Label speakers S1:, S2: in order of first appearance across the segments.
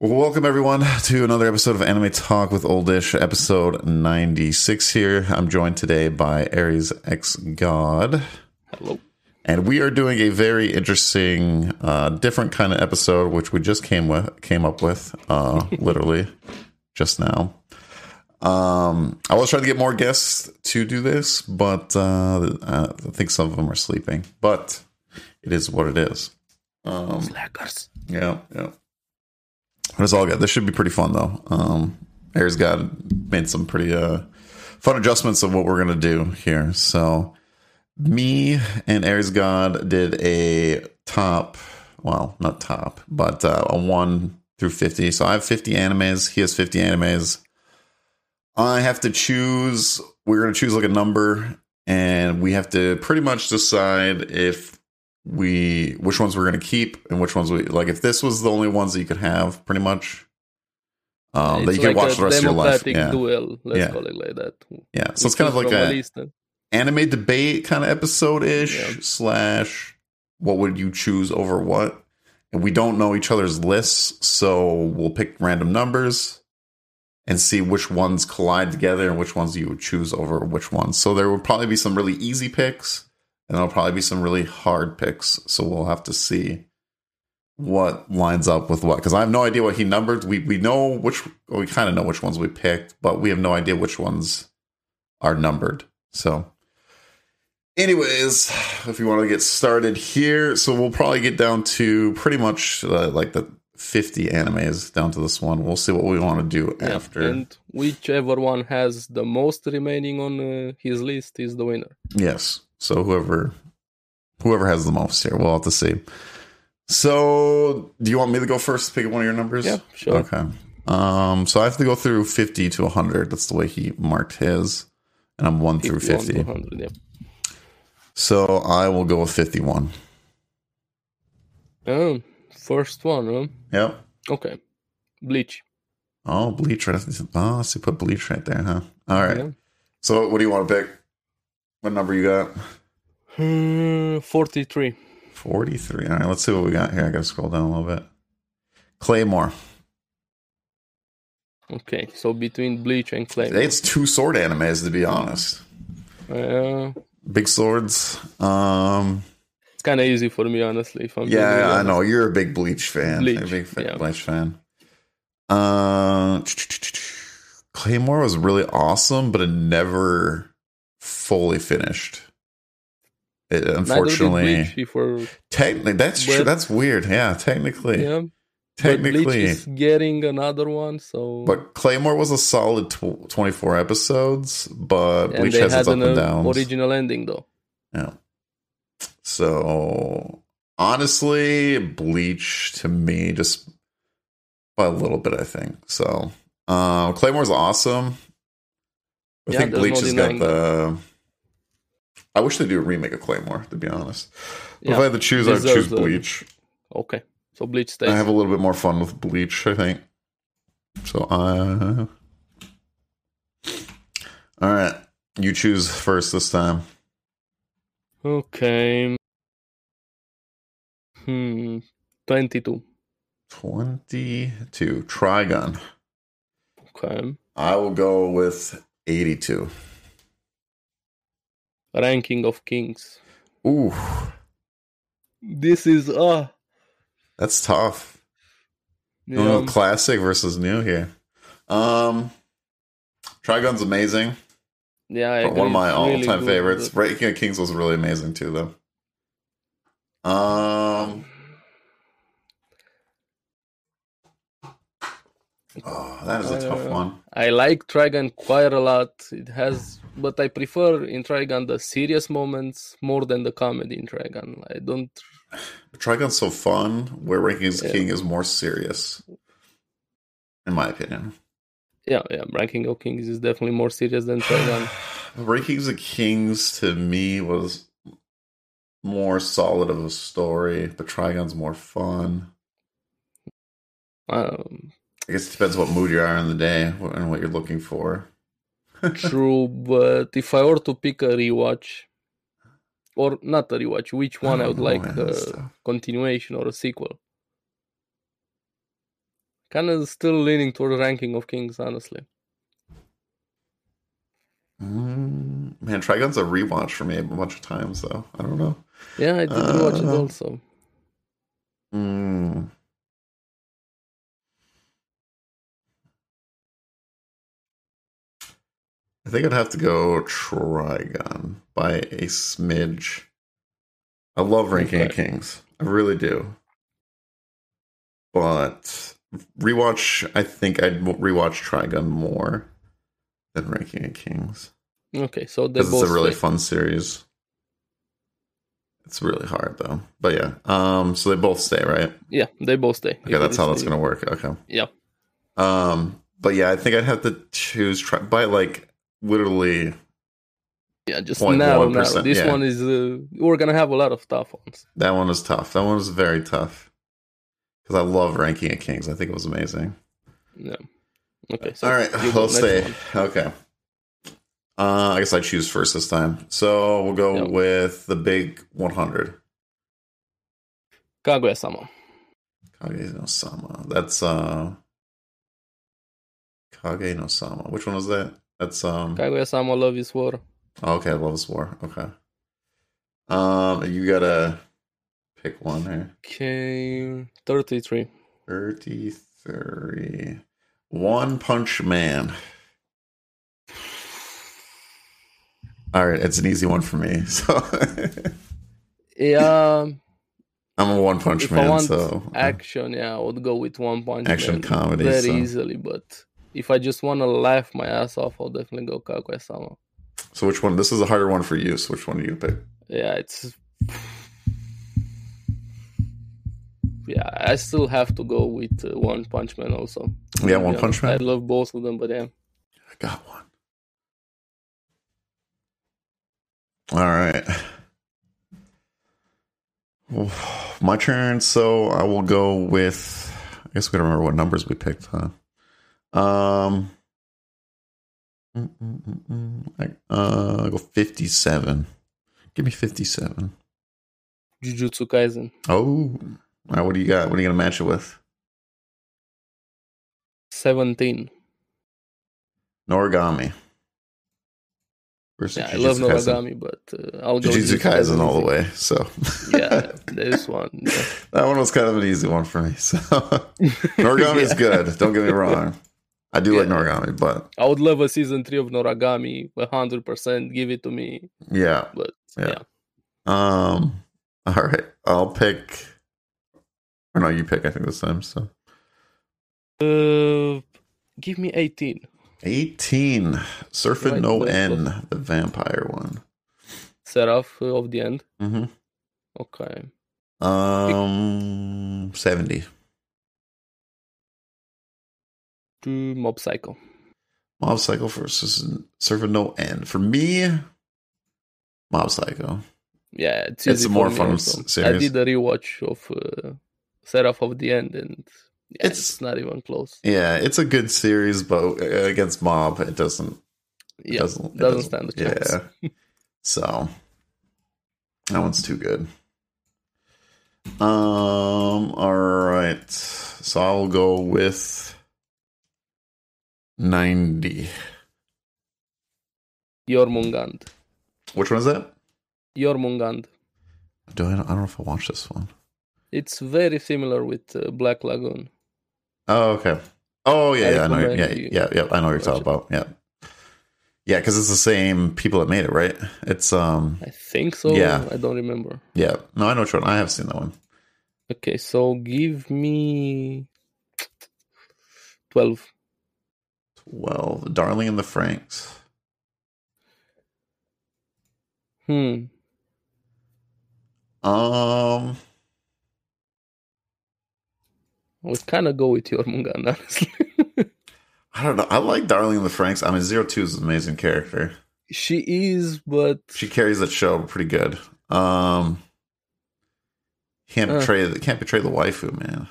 S1: Welcome everyone to another episode of Anime Talk with Oldish, episode 96 here. I'm joined today by Aries X God.
S2: Hello.
S1: And we are doing a very interesting, uh, different kind of episode, which we just came with, came up with, uh, literally just now. Um, I was trying to get more guests to do this, but uh, I think some of them are sleeping. But it is what it is. Um,
S2: Slackers.
S1: yeah, yeah. But it's all good. This should be pretty fun though. Um, Air's got made some pretty uh, fun adjustments of what we're gonna do here. So me and Air's God did a top, well, not top, but uh, a one through fifty. So I have fifty animes. He has fifty animes. I have to choose. We're gonna choose like a number, and we have to pretty much decide if we which ones we're going to keep and which ones we like if this was the only ones that you could have pretty much um that you can watch the rest of your life
S2: democratic
S1: yeah
S2: duel, let's
S1: Yeah.
S2: call it like that.
S1: yeah so it's kind of like
S2: a
S1: a
S2: list. and-
S1: anime debate kind of episode ish
S2: Yeah.
S1: slash what would you choose over what and we don't know each other's lists so we'll pick random numbers and see which ones collide together and which ones you would choose over which ones so there will probably be some really easy picks and there'll probably be some really hard picks so we'll have to see what lines up with what because i have no idea what he numbered we we know which we kind of know which ones we picked but we have no idea which ones are numbered so anyways if you want to get started here so we'll probably get down to pretty much uh, like the 50 animes down to this one we'll see what we want to do
S2: Yeah,
S1: after
S2: And whichever one has the most remaining on uh, his list is the winner.
S1: yes so whoever whoever has the most here we'll have to see so do you want me to go first to pick one of your numbers
S2: Yeah, sure.
S1: okay um so i have to go through 50 to 100 that's the way he marked his and i'm 1 through
S2: 51
S1: 50
S2: to 100, yeah.
S1: so i will go with 51
S2: Oh, first one, huh?
S1: yep
S2: Okay. Bleach.
S1: Oh, bleach. right- Oh, so you put bleach right there, huh? All right.
S2: Yeah.
S1: So, what do you want to pick? What number you got?
S2: Hmm, 43.
S1: Forty-three. All right. Let's see what we got here. I gotta scroll down a little bit. Claymore.
S2: Okay, so between Bleach and Claim.
S1: It's two sword animes, to be honest.
S2: Uh,
S1: Big swords. Um.
S2: it's kind of easy for me, honestly. If I'm being
S1: Yeah,
S2: really
S1: I know you're a big bleach fan.
S2: Bleach,
S1: You're a big fa-
S2: yeah.
S1: bleach fan. Uh, Claymore was really awesome, but it never fully finished. It,
S2: honest. Neither did
S1: unfortunately,
S2: Bleach, if we're-
S1: Technically, that's true.
S2: But-
S1: That's weird. Yeah, technically,
S2: yeah. But Bleach
S1: technically.
S2: is getting another one, so
S1: But Claymore was a solid tw- twenty-four episodes, but
S2: and
S1: Bleach
S2: they
S1: has
S2: had
S1: its up
S2: an
S1: and
S2: uh,
S1: downs.
S2: original ending though.
S1: yeah. So honestly, Bleach to me just by a little bit, I think. So um, Claymore's awesome. I
S2: Yeah,
S1: think
S2: there's
S1: Bleach
S2: no
S1: has got
S2: denying
S1: the. I wish they do a remake of Claymore. To be honest, But if
S2: Yeah. uh,
S1: I had to choose, I'd choose
S2: Deserves a-
S1: Bleach.
S2: Okay. So Bleach stays.
S1: I have a little bit more fun with bleach, I think. So, uh, all right, you choose first this time.
S2: Okay. Hmm. 22.
S1: Twenty-two Trigon.
S2: Okay.
S1: I will go with eighty-two.
S2: Ranking of Kings.
S1: Ooh,
S2: This is uh
S1: that's tough.
S2: you
S1: Going
S2: know,
S1: with classic versus new here. Um, Trigon's amazing.
S2: yeah, I
S1: one
S2: agree,
S1: of my
S2: it's
S1: all-time
S2: really good,
S1: favorites. Ranking of Kings was really amazing too, though. Um, oh, that is a tough
S2: Uh,
S1: one.
S2: but I like Trigun quite a lot. It has but I prefer in Trigun the serious moments more than the comedy in Trigun. I don't
S1: Trigon's so fun. Where Ranking of
S2: Yeah.
S1: King is more serious, in my opinion.
S2: yeah, yeah, Ranking of Kings is definitely more serious than Trigun.
S1: Rankings of Kings to me was more solid of a story, but Trigon's more fun.
S2: Um
S1: I guess it depends what mood you are in the day and what you're looking for.
S2: True, but if I were to pick a rewatch, or not a rewatch, which one I would
S1: don't know,
S2: like
S1: man,
S2: a
S1: that's tough.
S2: continuation or a sequel? Kind of still leaning toward ranking of kings, honestly.
S1: Mm, man, Trigun's a rewatch for me a bunch of times, though. I don't know.
S2: Yeah, I did watch it
S1: Uh,
S2: also.
S1: Mm. I think I'd have to go Trigon by a smidge. I love Ranking of
S2: Okay.
S1: Kings. I really do. But rewatch, I think I'd rewatch Trigon more than Ranking of Kings.
S2: Okay, so they
S1: Because
S2: both
S1: it's a really
S2: say-
S1: fun series. It's really hard though. But yeah. Um so they both stay, right?
S2: yeah, they both stay.
S1: Okay, that's how that's gonna work. Okay.
S2: Yeah.
S1: Um but yeah, I think I'd have to choose try by like literally
S2: Yeah, just
S1: Point
S2: narrow,
S1: one
S2: narrow.
S1: percent,
S2: This
S1: yeah.
S2: one is uh, we're gonna have a lot of tough ones.
S1: that one was tough. That one was very tough. Because I love ranking of kings. I think it was amazing.
S2: Yeah. Okay. So
S1: All right,
S2: you go
S1: let's
S2: next
S1: say
S2: one.
S1: okay. Uh, I guess I choose first this time. So we'll go
S2: Yep.
S1: with the big 100.
S2: Kaguya-sama.
S1: Kage no Sama. That's uh Kage no Sama. Which one was that? That's um
S2: Kaguya-sama, love is war.
S1: oh, okay, Love is War. Okay. Um you gotta pick one here.
S2: Okay, thirty-three.
S1: 33. One punch man. Alright, it's an easy one for me. So
S2: Yeah,
S1: I'm a one punch
S2: if I
S1: man,
S2: want
S1: so uh,
S2: action, yeah, I would go with One Punch
S1: action
S2: Man
S1: comedy.
S2: very
S1: so.
S2: easily. But if I just want to laugh my ass off, I'll definitely go Kaguya-sama.
S1: so which one? This is a harder one for you, so which one do you pick?
S2: Yeah, it's. Yeah, I still have to go with uh, One Punch Man also.
S1: Yeah,
S2: To be
S1: One Punch
S2: honest. I
S1: Man.
S2: love both of them, but yeah.
S1: I got one. All right. Oof, My turn. So I will go with. I guess we gotta remember what numbers we picked, huh? Um. mm, mm, mm, mm, I, uh, I'll go fifty-seven. Give me fifty-seven.
S2: Jujutsu Kaisen.
S1: Oh, all right. What do you got? What are you gonna match it with?
S2: 17.
S1: Noragami. Versus
S2: Yeah, I love
S1: Jujutsu Kaisen.
S2: Noragami, but uh, I'll go
S1: Jujutsu Kaisen all the way. So
S2: yeah, this one. yeah.
S1: That one was kind of an easy one for me. So Noragami is
S2: Yeah.
S1: good. Don't get me wrong. I do like
S2: Yeah.
S1: Noragami, but
S2: I would love a season three of Noragami, 100%. Give it to me.
S1: yeah.
S2: But
S1: Yeah.
S2: yeah,
S1: Um. All right. I'll pick. Or no, you pick. I think this time. So
S2: Uh, give me 18.
S1: eighteen. Surfing
S2: Right,
S1: no
S2: the-
S1: N, the vampire one.
S2: Seraph uh, of the end.
S1: Mm-hmm.
S2: Okay.
S1: Um. Seventy.
S2: To Mob Psycho.
S1: Mob Psycho versus Surfing no N. For me, Mob Psycho.
S2: Yeah, it's,
S1: It's
S2: easy
S1: a more
S2: for me
S1: fun
S2: also.
S1: s- series.
S2: I did a rewatch of uh, Seraph of the End, and yeah,
S1: It's-
S2: it's, not even close.
S1: Yeah, it's a good series, but uh, against Mob, it doesn't
S2: Yeah,
S1: doesn't,
S2: doesn't,
S1: it
S2: stand a
S1: yeah.
S2: chance.
S1: So that one's too good. Um. All right. So I'll go with ninety.
S2: Jormungand.
S1: Which one is that?
S2: Jormungand.
S1: Do I? I don't know if I watched this one.
S2: It's very similar with uh, Black Lagoon.
S1: Oh, okay. Oh, yeah,
S2: I
S1: yeah, I know. you're- Yeah,
S2: recommend
S1: yeah,
S2: you
S1: yeah, I know what you're
S2: watch
S1: talking
S2: it.
S1: about. Yeah, yeah, because it's the same people that made it, right? It's um,
S2: I think so.
S1: Yeah.
S2: I don't remember.
S1: yeah. No, I know which one. I have seen that one.
S2: Okay, so give me 12.
S1: Well, Darling in the Franks.
S2: Hmm.
S1: Um,
S2: I would kind of go with Jormungand, honestly.
S1: I don't know. I like Darling in the Franks. I mean, Zero Two is an amazing character.
S2: she is, but
S1: She carries that show pretty good. Um, can't
S2: Uh.
S1: betray the can't betray the waifu man.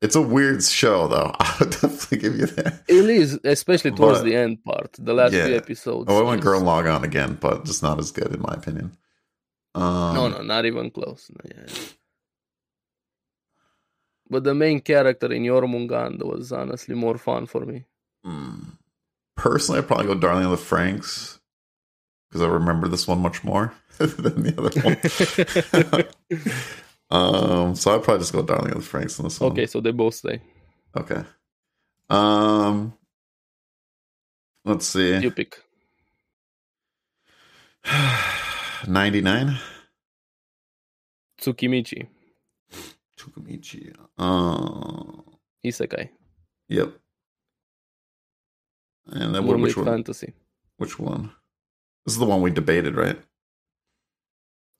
S1: It's a weird show, though. I'll definitely give you that.
S2: it is, especially towards
S1: But-
S2: the end part, the last
S1: yeah.
S2: few episodes.
S1: Oh, I went
S2: is-
S1: Girl Log On again, but just not as good in my opinion. Um,
S2: No, no, not even close. No, yeah. But the main character in Jormungand was honestly more fun for me.
S1: Hmm. Personally, I'd probably go Darling of the Franks because I remember this one much more than the other one. um, so I'd probably just go Darling of the Franks on this one.
S2: Okay, so they both stay.
S1: Okay. Um, let's see.
S2: You pick.
S1: 99.
S2: Tsukimichi,
S1: Tsukamichi. Uh,
S2: Isekai,
S1: yep. And then what,
S2: Mermaid
S1: which one?
S2: Fantasy.
S1: Which one? This is the one we debated, right?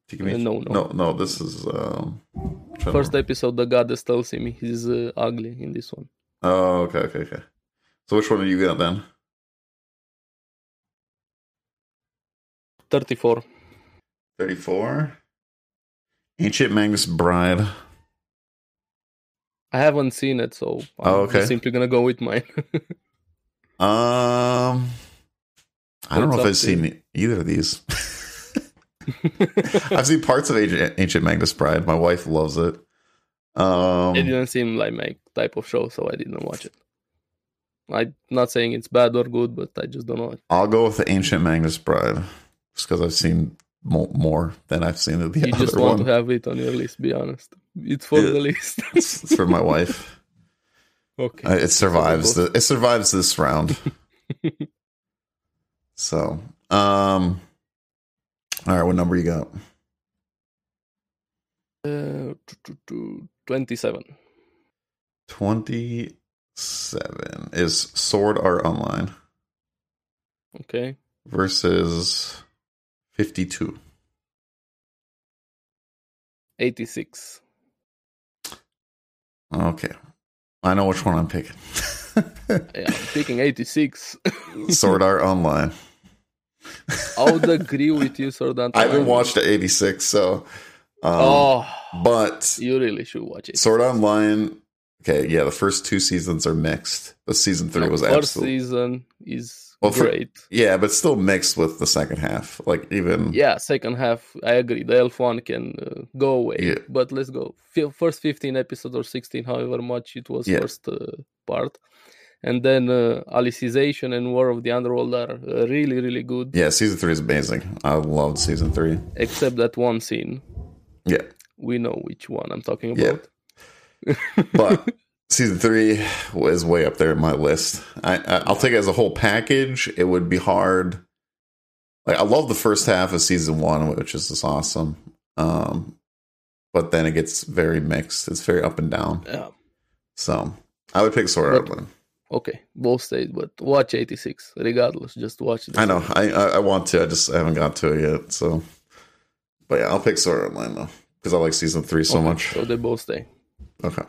S1: Tsukamichi?
S2: Uh, no,
S1: no,
S2: no.
S1: no. This is um. I'm trying to
S2: First episode, the goddess tells him he's uh, ugly in this one.
S1: Oh, okay, okay, okay. So which one do you got then?
S2: 34.
S1: 34. Ancient Magnus Bride.
S2: I haven't seen it, so I'm
S1: Oh, okay.
S2: just simply gonna go with mine.
S1: Um I don't
S2: What's
S1: know if
S2: up,
S1: I've seen either of these. I've seen parts of Ancient, Ancient Magnus Bride. My wife loves it. Um
S2: it didn't seem like my type of show, so I didn't watch it. I'm not saying it's bad or good, but I just don't know it.
S1: I'll go with the Ancient Magnus Bride just cuz I've seen mo- more than I've seen of the
S2: you
S1: other
S2: just want
S1: one.
S2: to have it on your list, be honest. It's for
S1: Yeah.
S2: the list.
S1: It's it's for my wife.
S2: okay.
S1: Uh, it survives the, it survives this round so um all right what number you got
S2: Uh, tu- tu- tu- 27.
S1: 27 is sword art online
S2: Okay.
S1: versus 52
S2: 86.
S1: okay i know which one i'm picking
S2: Yeah, I'm picking 86.
S1: sword art online
S2: I would agree with you, Sir Dante.
S1: i haven't watched the 86 so um,
S2: Oh,
S1: but
S2: you really should watch it.
S1: Sword Online. Okay, yeah, the first two seasons are mixed, but season three
S2: The
S1: was
S2: first
S1: absolutely
S2: season is
S1: Well, for-
S2: great.
S1: yeah, but still mixed with the second half. Like even
S2: yeah, second half, I agree. The elf one can uh, go away,
S1: Yeah.
S2: but let's go. Fi first 15 episodes or 16, however much it was
S1: Yeah.
S2: first uh, part. And then uh, Alicization and War of the Underworld are uh, really, really good,
S1: yeah, season three is amazing. I loved season three.
S2: except that one scene.
S1: Yeah,
S2: We know which one I'm talking
S1: Yeah.
S2: about.
S1: but season three was way up there in my list. I, I I'll take it as a whole package. It would be hard. Like I love the first half of season one, which is just awesome. Um, but then it gets very mixed. It's very up and down.
S2: Yeah.
S1: So I would pick Sword Art
S2: But-
S1: Online.
S2: Okay, both stayed, but watch 86 regardless. Just watch it.
S1: I know. I, I I want to. I just haven't got to it yet. So, but yeah, I'll pick Sword Art Online though because I like season three so much.
S2: So they both stay.
S1: Okay.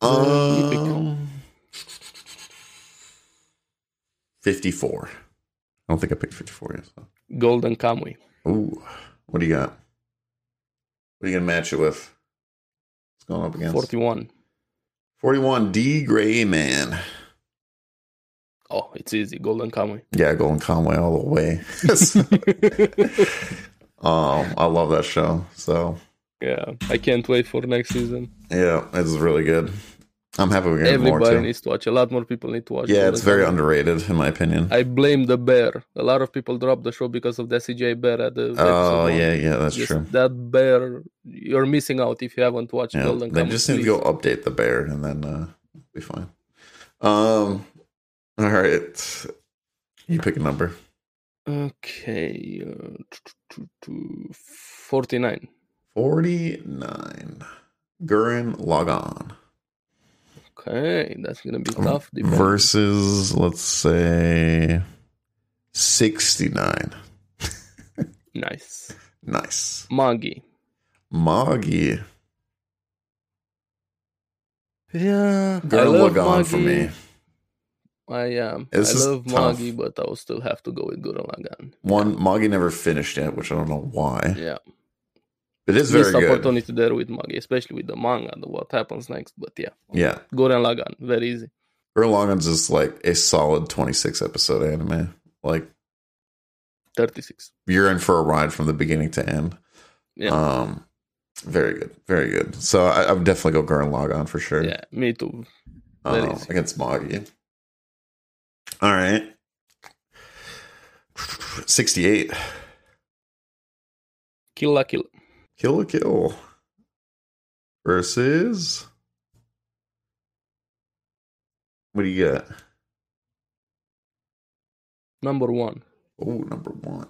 S2: Uh, you pick.
S1: Um, fifty-four. I don't think I picked fifty-four yet. So.
S2: Golden Kamui.
S1: Ooh, what do you got? What are you gonna match it with? What's going up against
S2: 41.
S1: forty-one? D Gray Man.
S2: Oh, it's easy. Golden Kamui.
S1: Yeah, Golden Conway all the way. um, I love that show. So
S2: Yeah, I can't wait for next season.
S1: Yeah, it's really good. I'm happy we got more
S2: Everybody
S1: too.
S2: needs to watch. A lot more people need to watch.
S1: Yeah,
S2: Golden
S1: it's very
S2: Kamuy.
S1: underrated in my opinion.
S2: I blame the bear. A lot of people dropped the show because of the CJ bear at the.
S1: oh
S2: episode one.
S1: yeah, yeah, that's
S2: Just
S1: true.
S2: That bear, you're missing out if you haven't watched
S1: Yeah,
S2: Golden
S1: they
S2: Kamuy,
S1: just need to
S2: please.
S1: go update the bear, and then uh, it'll be fine. Um, all right, you pick a number.
S2: Okay, uh, t- t- t- 49.
S1: Forty-nine. Gurren Logon
S2: Okay, that's gonna be
S1: V-
S2: tough. depending.
S1: versus, let's say, sixty-nine.
S2: Nice.
S1: Nice,
S2: Magi.
S1: Moggy.
S2: Yeah,
S1: Gurren Logon for me.
S2: I am.
S1: This
S2: I
S1: is
S2: love
S1: tough.
S2: Magi, but I will still have to go with Gurren Lagann.
S1: One Moggy never finished yet, which I don't know why.
S2: Yeah,
S1: It is very
S2: missed
S1: good.
S2: opportunity there with Magi, especially with the manga and what happens next. But yeah,
S1: Yeah,
S2: Gurren Lagann, very easy.
S1: Gurren Lagann's is like a solid twenty-six episode anime. Like
S2: Thirty-six.
S1: you're in for a ride from the beginning to end.
S2: Yeah.
S1: Um, Very good. Very good. So I, I would definitely go Gurren Lagann for sure.
S2: Yeah, me too.
S1: Um,
S2: that is-
S1: against Moggy. All right. 68.
S2: Kill la kill.
S1: Kill a Kill versus. What do you got?
S2: Number one.
S1: Oh, number one.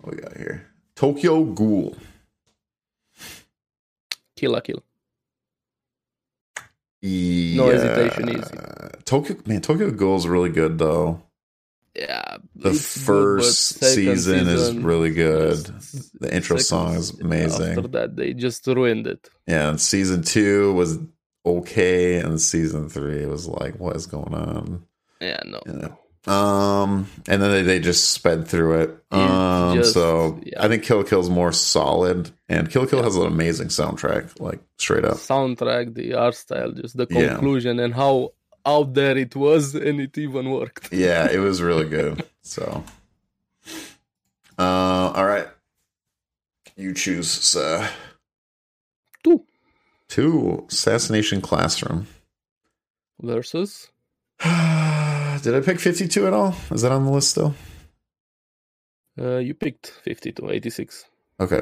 S1: What we got here? Tokyo Ghoul.
S2: Kill la kill.
S1: No
S2: hesitation, easy.
S1: Tokyo, man, Tokyo Ghoul is really good though.
S2: Yeah.
S1: The
S2: it's good, but
S1: first
S2: second
S1: season, is
S2: season-
S1: really good.
S2: S-
S1: The intro
S2: second
S1: song is
S2: se-
S1: amazing.
S2: After that, they just ruined it.
S1: Yeah, and season two was okay, and season three was like, what is going on?
S2: Yeah, no.
S1: Yeah. Um, and then they, they just sped through it.
S2: It
S1: Um,
S2: just-
S1: so
S2: yeah.
S1: I think Kill la Kill's more solid, and Kill la Kill has an amazing soundtrack, like straight up.
S2: Soundtrack, the art style, just the
S1: Yeah.
S2: conclusion, and how out there it was, and it even worked.
S1: Yeah, it was really good. So, uh, all right, you choose sir.
S2: Two
S1: two assassination classroom.
S2: versus
S1: Did I pick fifty two at all? Is that on the list still?
S2: uh, you picked 50 to 86.
S1: Okay.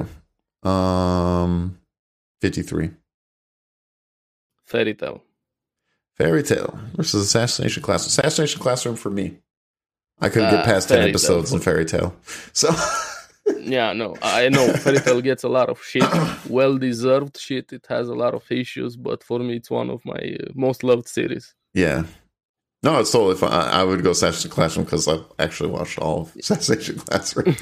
S1: Um 53.
S2: Fairy tale.
S1: Fairy Tale versus Assassination Classroom. Assassination Classroom for me. I couldn't
S2: Ah,
S1: get past 10
S2: Fairy Tail.
S1: episodes in Fairy Tale. So
S2: Yeah, no, I know fairy tale gets a lot of shit, well deserved shit. It has a lot of issues, but for me, it's one of my uh, most loved series.
S1: yeah. No, it's totally fine. I I would go Assassination Classroom because I've actually watched all of Assassination Classroom.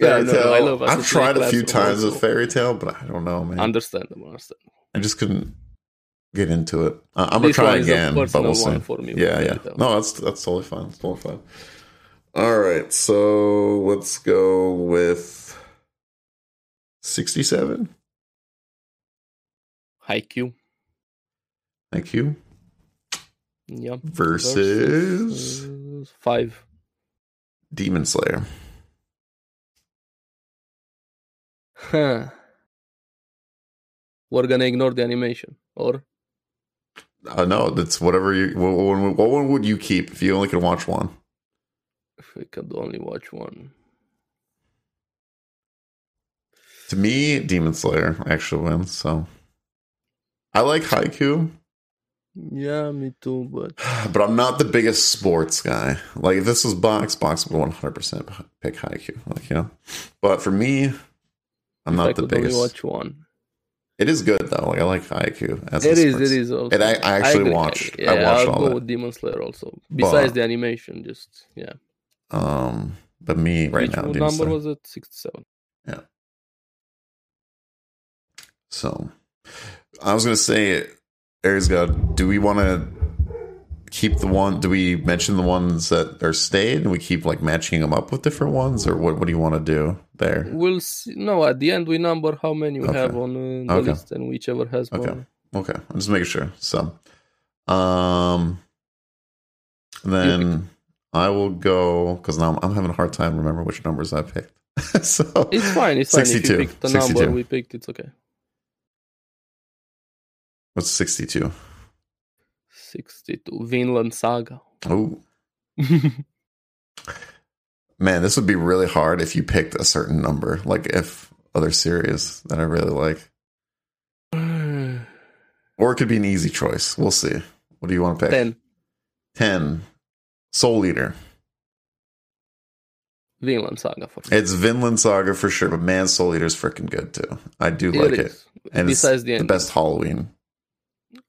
S2: Yeah,
S1: Fairy
S2: no,
S1: Tale.
S2: I love
S1: I've tried a few
S2: Assassination
S1: times
S2: Classroom
S1: with Fairy Tale, but I don't know, man.
S2: understandable. understandable.
S1: I just couldn't get into it. Uh, I'm gonna try again, but we'll see.
S2: for me. with
S1: Yeah,
S2: fairy
S1: yeah.
S2: tale.
S1: No, that's that's totally fine. It's totally fine. All right, so let's go with sixty-seven.
S2: Haikyuu.
S1: Thank you.
S2: Yeah.
S1: Versus
S2: Versus, uh, five.
S1: Demon Slayer.
S2: Huh. We're gonna ignore the animation, or
S1: Uh, no, that's whatever you. What, what, what one would you keep if you only could watch one?
S2: if we could only watch one.
S1: To me, Demon Slayer actually wins. So I like Haiku.
S2: Yeah, me too. But
S1: But I'm not the biggest sports guy. Like if this was box, box would 100% pick Haikyuu. Like you know, but for me, I'm
S2: if I
S1: not the
S2: could
S1: biggest.
S2: only watch one.
S1: It is good though. Like I like Haikyuu. As a
S2: It is.
S1: sports-
S2: It is. Also.
S1: And I, I actually
S2: agree.
S1: watched.
S2: Yeah,
S1: I watched
S2: will
S1: all
S2: go
S1: that.
S2: with Demon Slayer also. Besides the animation, just yeah.
S1: um, but me right
S2: Which
S1: now,
S2: number
S1: Demon Slayer.
S2: was it? Sixty-seven.
S1: so I was gonna say, Aries God, do we want to keep the one? Do we mention the ones that are stayed, and we keep like matching them up with different ones, or what? What do you want to do there?
S2: We'll see. No, at the end we number how many we
S1: Okay.
S2: have on uh, the
S1: Okay.
S2: list, and whichever has
S1: Okay.
S2: more.
S1: Okay, I'm just making sure. So, um, then I will go because now I'm, I'm having a hard time remembering which numbers I picked. so
S2: It's fine. It's fine. If you
S1: 62,
S2: picked the
S1: 62.
S2: number we picked, it's okay.
S1: What's 62?
S2: Sixty-two. Vinland Saga.
S1: Oh man, this would be really hard if you picked a certain number, like if other series that I really like,
S2: Ten.
S1: or it could be an easy choice. We'll see. What do you want to pick? 10. Soul Eater.
S2: Vinland Saga for
S1: It's Vinland Saga for sure, but man, Soul Eater is freaking good too. I do
S2: It
S1: like it.
S2: is.
S1: And it's
S2: Besides the
S1: the
S2: ending,
S1: best Halloween.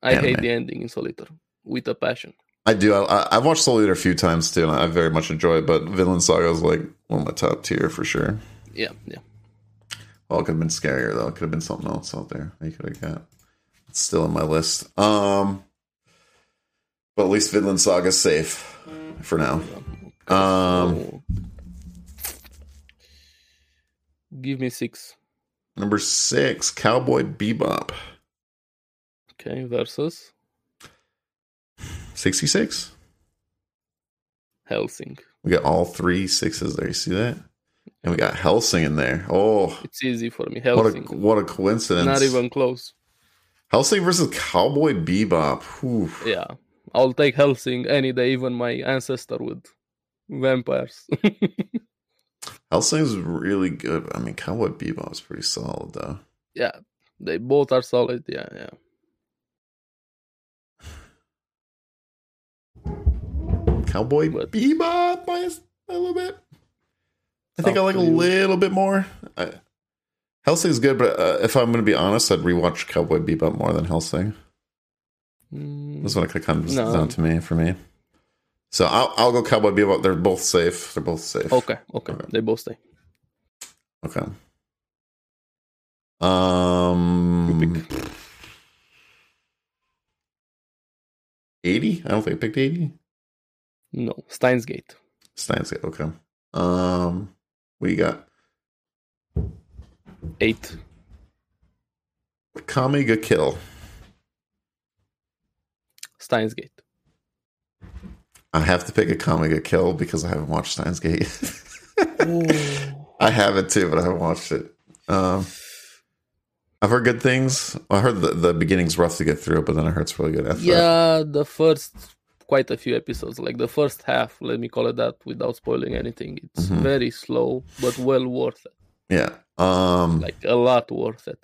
S2: I hate
S1: anime.
S2: the ending in Solitaire with a passion.
S1: I do. I, I- I've watched Soul Eater a few times too, and I very much enjoy it. But Vinland Saga is like one of my top tier for sure.
S2: Yeah, yeah.
S1: Well, it could have been scarier though. It could have been something else out there. I could have got. It's still in my list. Um, but at least Vinland Saga's safe for now. Um,
S2: So- give me six.
S1: number six, Cowboy Bebop,
S2: Okay, versus
S1: sixty-six.
S2: Helsing.
S1: We got all three sixes there. You see that? And we got Helsing in there. Oh,
S2: It's easy for me.
S1: what a
S2: Helsing.
S1: what a coincidence!
S2: Not even close.
S1: Helsing versus Cowboy Bebop. Whew.
S2: Yeah. I'll take Helsing any day, even my ancestor would. Vampires.
S1: Helsing's really good. I mean, Cowboy Bebop's pretty solid though.
S2: yeah. They both are solid. Yeah, yeah.
S1: Cowboy
S2: What?
S1: Bebop by a s- a little bit. I think I
S2: Up
S1: like a
S2: to you.
S1: little bit more. I, Helsing's good, but uh, if I'm going to be honest, I'd rewatch Cowboy Bebop more than Helsing.
S2: Mm,
S1: That's what it comes
S2: No.
S1: down to me for me. So I'll, I'll go Cowboy Bebop. They're both safe. They're both safe.
S2: okay, okay.
S1: Okay.
S2: They both stay.
S1: Okay. Um. Eighty? I don't think I picked eighty.
S2: No. Steins Gate.
S1: Steins Gate. Okay. Um. We got
S2: Eight.
S1: Kami ga Kill.
S2: Steins Gate.
S1: I have to pick a Kami ga Kill because I haven't watched Steins Gate. yet. I have it too, but I haven't watched it. Um. I've heard good things. I heard the, the beginning's rough to get through, but then it hurts really good after. that.
S2: yeah, the first quite a few episodes, like the first half, let me call it that without spoiling anything. It's
S1: Mhm.
S2: very slow, but well worth it.
S1: Yeah. Um.
S2: Like a lot worth it.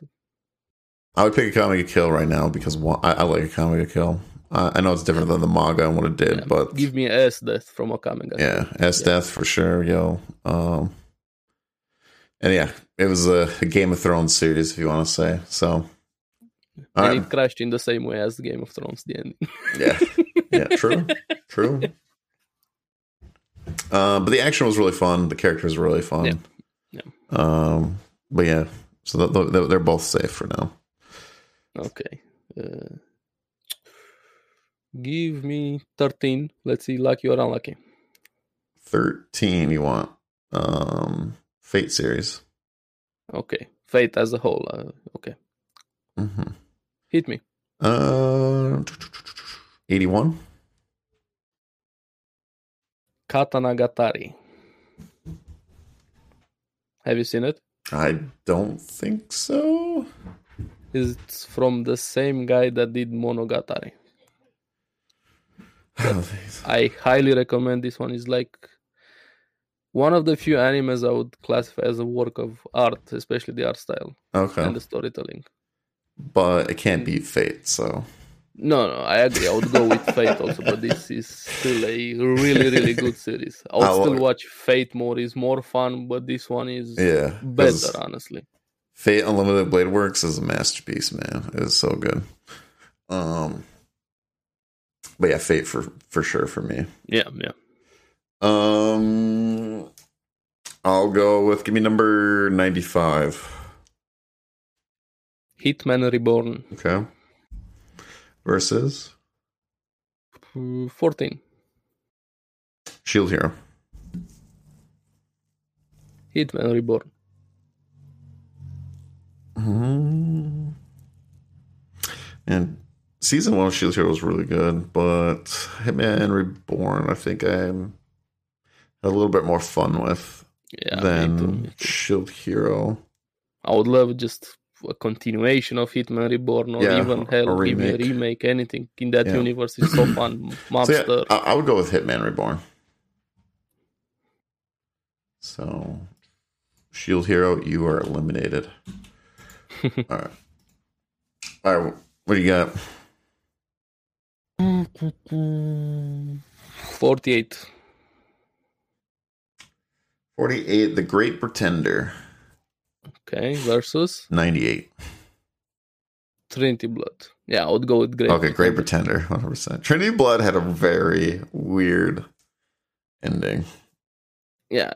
S1: I would pick a comic kill right now because one, I, I like a comic kill. I, I know it's different than the manga and what it did,
S2: Yeah.
S1: but
S2: Give me S death from Okamenga.
S1: yeah, S
S2: Yeah.
S1: Death for sure, yo. Um, and yeah, it was a, a Game of Thrones series, if you want to say. So, all
S2: and
S1: right,
S2: it crashed in the same way as Game of Thrones, the ending.
S1: yeah, yeah, true, true. Uh, but the action was really fun. The characters were really fun.
S2: Yeah. Yeah.
S1: Um, but yeah, so th- th- they're- they're both safe for now.
S2: Okay. Uh, give me 13. Let's see, lucky or unlucky.
S1: 13 you want um fate series
S2: Okay. Fate as a whole. Uh, okay.
S1: mm-hmm.
S2: Hit me.
S1: uh 81
S2: Katana Gatari. Have you seen it?
S1: i don't think so
S2: It's from the same guy that did Monogatari.
S1: I don't think so.
S2: I highly recommend this one. It's like one of the few animes I would classify as a work of art, especially the art style and
S1: okay
S2: the storytelling.
S1: but it can't beat fate so
S2: No, no, I agree. I would go with Fate also, but this is still a really, really good series. I would
S1: I
S2: still
S1: would-
S2: watch Fate more. It's more fun, but this one is
S1: yeah 'cause
S2: better, honestly.
S1: fate unlimited blade works is a masterpiece man it was so good um but yeah fate for for sure for me
S2: Yeah, yeah.
S1: um i'll go with give me number 95
S2: Hitman Reborn
S1: Okay. Versus
S2: uh, 14.
S1: Shield Hero.
S2: Hitman Reborn.
S1: And season one of Shield Hero was really good, but Hitman Reborn, I think I'm a little bit more fun with
S2: Yeah, me too, me
S1: than
S2: too.
S1: Shield Hero.
S2: I would love just a continuation of Hitman Reborn or
S1: Yeah,
S2: even
S1: a
S2: hell, give me a
S1: remake.
S2: remake, anything in that
S1: Yeah.
S2: universe is so
S1: So
S2: fun.
S1: yeah,
S2: Mobster.
S1: I, I would go with Hitman Reborn. So, Shield Hero, you are eliminated. All right. All right. What do you got?
S2: 48.
S1: 48 the great pretender
S2: Okay, versus
S1: 98
S2: Trinity Blood. Yeah, I would go with Great.
S1: okay great pretender 100% trinity blood had a very weird ending
S2: Yeah,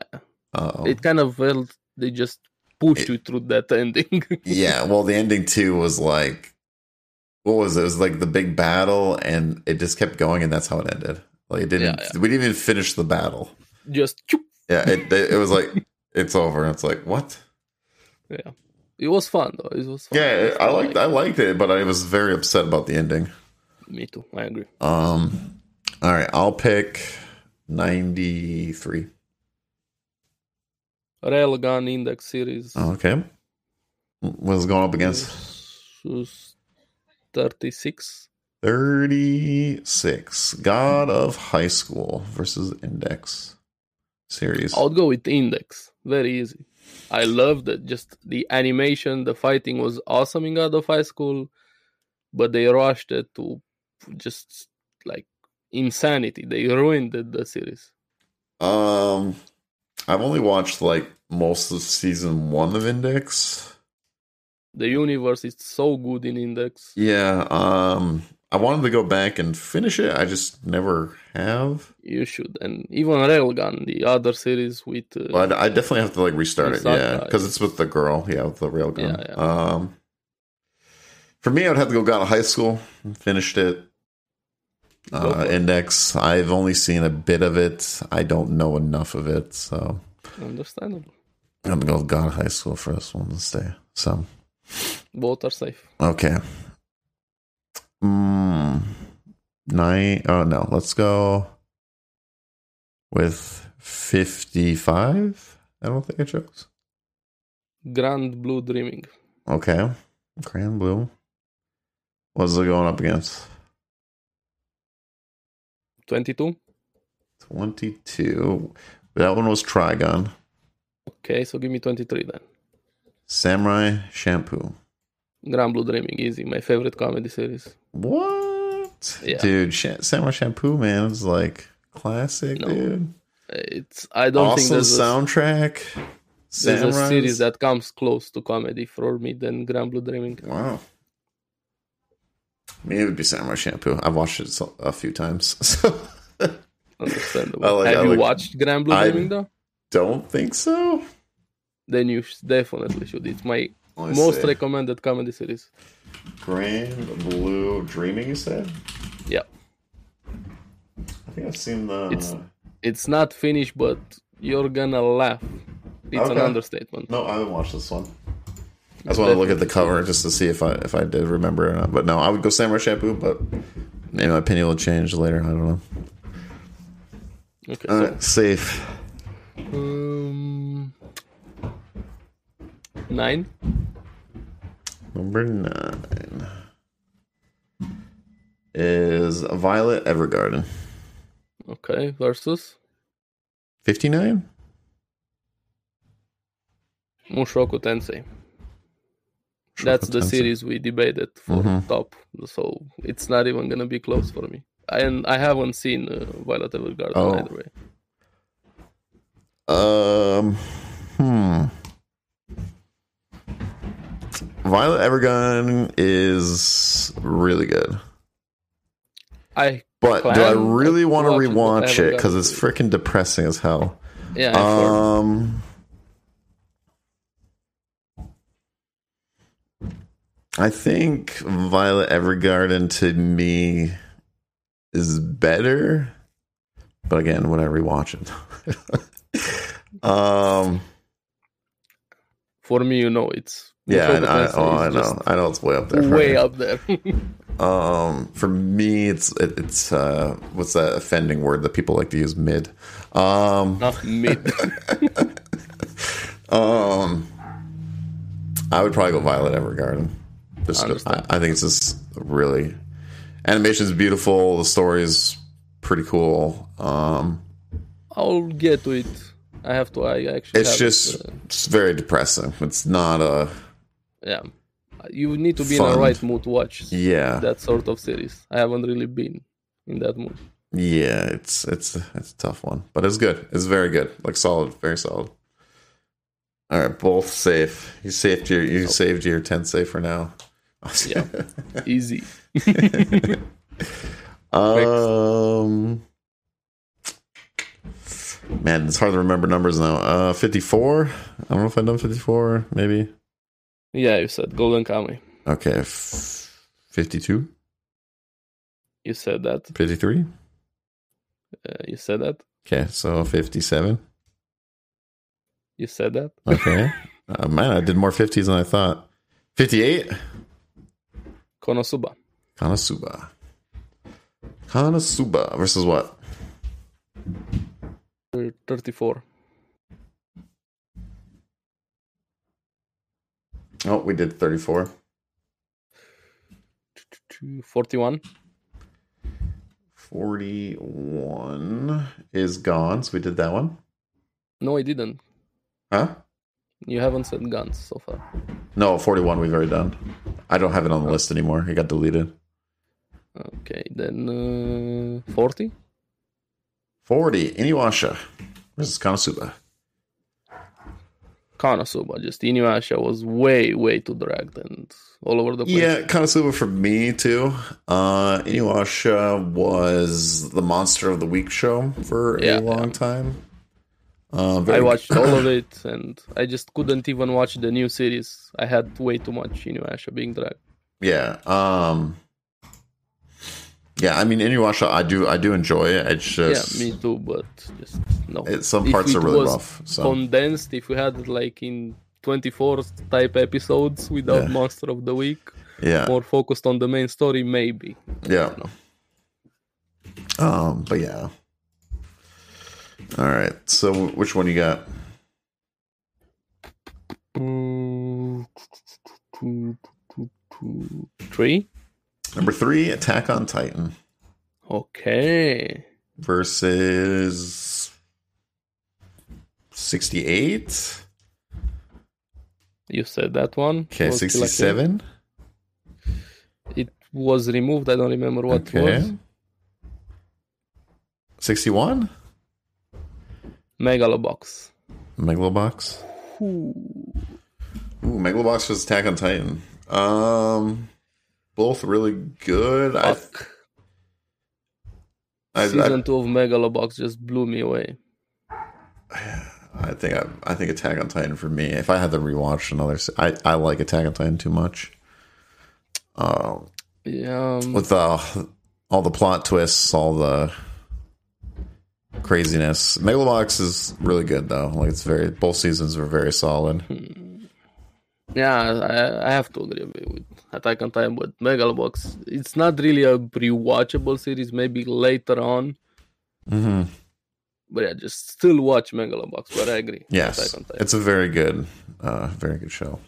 S1: uh
S2: it kind of felt they just pushed
S1: It-
S2: you through that ending.
S1: yeah well the ending too was like what was it? it was like the big battle and it just kept going and that's how it ended like it didn't
S2: Yeah,
S1: we didn't even finish the battle
S2: just choop.
S1: yeah it, it, it was like it's over and it's like what
S2: it was fun though. It was fun.
S1: yeah
S2: It's
S1: i
S2: not
S1: liked i liked it but i was very upset about the ending
S2: me too. I agree.
S1: um all right i'll pick 93
S2: Railgun Index series.
S1: Okay. What's going up Uh, against?
S2: Versus 36.
S1: 36. God of High School versus Index series.
S2: I'll go with Index. Very easy. I loved it. Just the animation, the fighting was awesome in God of High School, but they rushed it to just like insanity. They ruined the, the series.
S1: Um, I've only watched like most of season one of Index.
S2: The universe is so good in Index.
S1: Yeah. Um, I wanted to go back and finish it. I just never have.
S2: You should, and even Railgun, the other series with. Uh,
S1: But I definitely have to like restart it.
S2: It's not
S1: Yeah,
S2: bad.
S1: because it's with the girl. Yeah, with the railgun.
S2: Yeah, yeah.
S1: Um, for me, I'd have to go God of High School. Finished it.
S2: Go
S1: Uh,
S2: for it.
S1: Index. I've only seen a bit of it. I don't know enough of it, so
S2: Understandable.
S1: I'm gonna go with God of High School for this one to stay. So
S2: Both are safe.
S1: okay. Mm, nine. Oh no, let's go with fifty-five. I don't think it shows.
S2: Grand Blue Dreaming.
S1: Okay. Grand Blue. What's it going up against?
S2: 22.
S1: 22. That one was Trigon.
S2: Okay, so give me 23 then.
S1: Samurai Shampoo.
S2: Grand Blue Dreaming, easy. My favorite comedy series.
S1: What?
S2: Yeah.
S1: Dude, Sha Samurai Shampoo, man, is like classic,
S2: No.
S1: dude.
S2: It's I don't think
S1: awesome
S2: there's, a,
S1: soundtrack.
S2: there's a
S1: Samurai's-
S2: series that comes close to comedy for me than Grand Blue Dreaming.
S1: Wow. Maybe it would be Samurai Shampoo. I've watched it so- a few times. So
S2: Understandable.
S1: I like-
S2: Have
S1: I
S2: you
S1: like-
S2: watched Grand Blue
S1: I-
S2: Dreaming though?
S1: don't think so.
S2: Then you sh- definitely should. It's my
S1: Let me
S2: most
S1: Oh, see.
S2: recommended comedy series.
S1: Grand Blue Dreaming, you said?
S2: Yeah.
S1: I think I've seen the.
S2: It's- It's not finished, but you're gonna laugh. It's an
S1: Okay.
S2: understatement.
S1: No, I haven't watched this one. I just want to look at the cover just to see if I if I did remember or not. But no, I would go Samurai Shampoo, but maybe my opinion will change later. I don't know.
S2: Okay.
S1: All
S2: so,
S1: right, safe.
S2: um, nine.
S1: Number nine is Violet Evergarden.
S2: Okay. Versus
S1: Fifty nine.
S2: Mushoku Tensei. That's the series we debated for
S1: Mhm.
S2: top, so it's not even gonna be close for me. And I haven't seen uh, Violet Evergarden
S1: Oh.
S2: either way.
S1: Um. Hmm. Violet Evergarden is really good.
S2: I
S1: But do I
S2: plan
S1: really
S2: to
S1: want to
S2: watch it, but I
S1: rewatch
S2: haven't
S1: it
S2: gotten
S1: because it's
S2: to
S1: freaking depressing as hell.
S2: yeah, I'm sure.
S1: Um, I think Violet Evergarden to me is better, but again, when I rewatch it, um,
S2: for me, you know, it's
S1: yeah,
S2: Mushoku
S1: and I,
S2: Tensei
S1: oh,
S2: is
S1: I know,
S2: just
S1: I know it's way up there. for
S2: way
S1: me.
S2: up there.
S1: Um, for me, it's it, it's uh, what's that offending word that people like to use? Mid. Um,
S2: Not mid.
S1: Um, I would probably go Violet Evergarden. Just, I,
S2: Understand.
S1: I think it's just really animation is beautiful. The story is pretty cool. Um,
S2: I'll get to it. I have to. I actually.
S1: it's
S2: have
S1: just
S2: It, uh,
S1: it's very depressing. It's not a
S2: yeah, you need to be in
S1: fun.
S2: a right mood to watch
S1: yeah
S2: that sort of series. I haven't really been in that mood.
S1: yeah. It's it's it's a tough one, but it's good. It's very good. Like solid, very solid. All right, both safe. You saved your you saved your tensei for now.
S2: Oh. Yeah. Easy.
S1: Um, man, it's hard to remember numbers now. Uh, fifty-four. I don't know if I've done fifty-four. Maybe.
S2: Yeah, you said Golden Kamuy.
S1: Okay. f- 52
S2: You said that.
S1: 53
S2: Uh, you said that.
S1: okay so 57
S2: You said that.
S1: okay uh, man i did more 50s than i thought 58
S2: Konosuba.
S1: kanasuba kanasuba versus what
S2: Uh, 34.
S1: Oh, we did 34.
S2: 41.
S1: 41 is gone. So we did that one.
S2: No, I didn't.
S1: Huh?
S2: You haven't said guns so far.
S1: No, 41 we've already done. I don't have it on the list anymore. It got deleted.
S2: Okay, then uh, 40.
S1: 40, Inuyasha versus Konosuba.
S2: Konosuba, just Inuyasha was way, way too dragged and all over the place.
S1: Yeah, Konosuba for me too. Uh, Inuyasha was the monster of the week show for
S2: Yeah,
S1: a long time. Uh, very-
S2: I watched all of it and I just couldn't even watch the new series. I had way too much Inuyasha being dragged.
S1: yeah um yeah i mean inuyasha i do i do enjoy it it's just
S2: Yeah, me too, but just no.
S1: it, some
S2: If
S1: parts
S2: it
S1: are really
S2: was
S1: rough so
S2: Condensed, if we had it like in 24 type episodes without
S1: Yeah.
S2: Monster of the Week,
S1: yeah
S2: more focused on the main story, maybe.
S1: yeah um but yeah all right so which one you got
S2: Three?
S1: number three attack on titan
S2: Okay.
S1: versus 68
S2: You said that one.
S1: okay
S2: was still active.
S1: 67
S2: It was removed. I don't remember what was.
S1: 61
S2: Megalobox.
S1: megalobox
S2: Ooh.
S1: Ooh, Megalobox versus Attack on Titan. Um, both really good. I,
S2: Fuck.
S1: I,
S2: Season
S1: I,
S2: two of Megalobox just blew me away.
S1: I think I, I think Attack on Titan for me. If I had to rewatch another, se- I I like Attack on Titan too much. Um,
S2: Yeah. um,
S1: with uh, all the plot twists, all the craziness. Megalobox is really good though. Like it's very both seasons were very solid.
S2: Yeah, I, I have to agree with Attack on Titan, but Megalobox, it's not really a rewatchable series. Maybe later on,
S1: Mm-hmm.
S2: but yeah, just still watch Megalobox. But I agree.
S1: Yes,
S2: Attack on Titan.
S1: it's a very good, uh, very good show.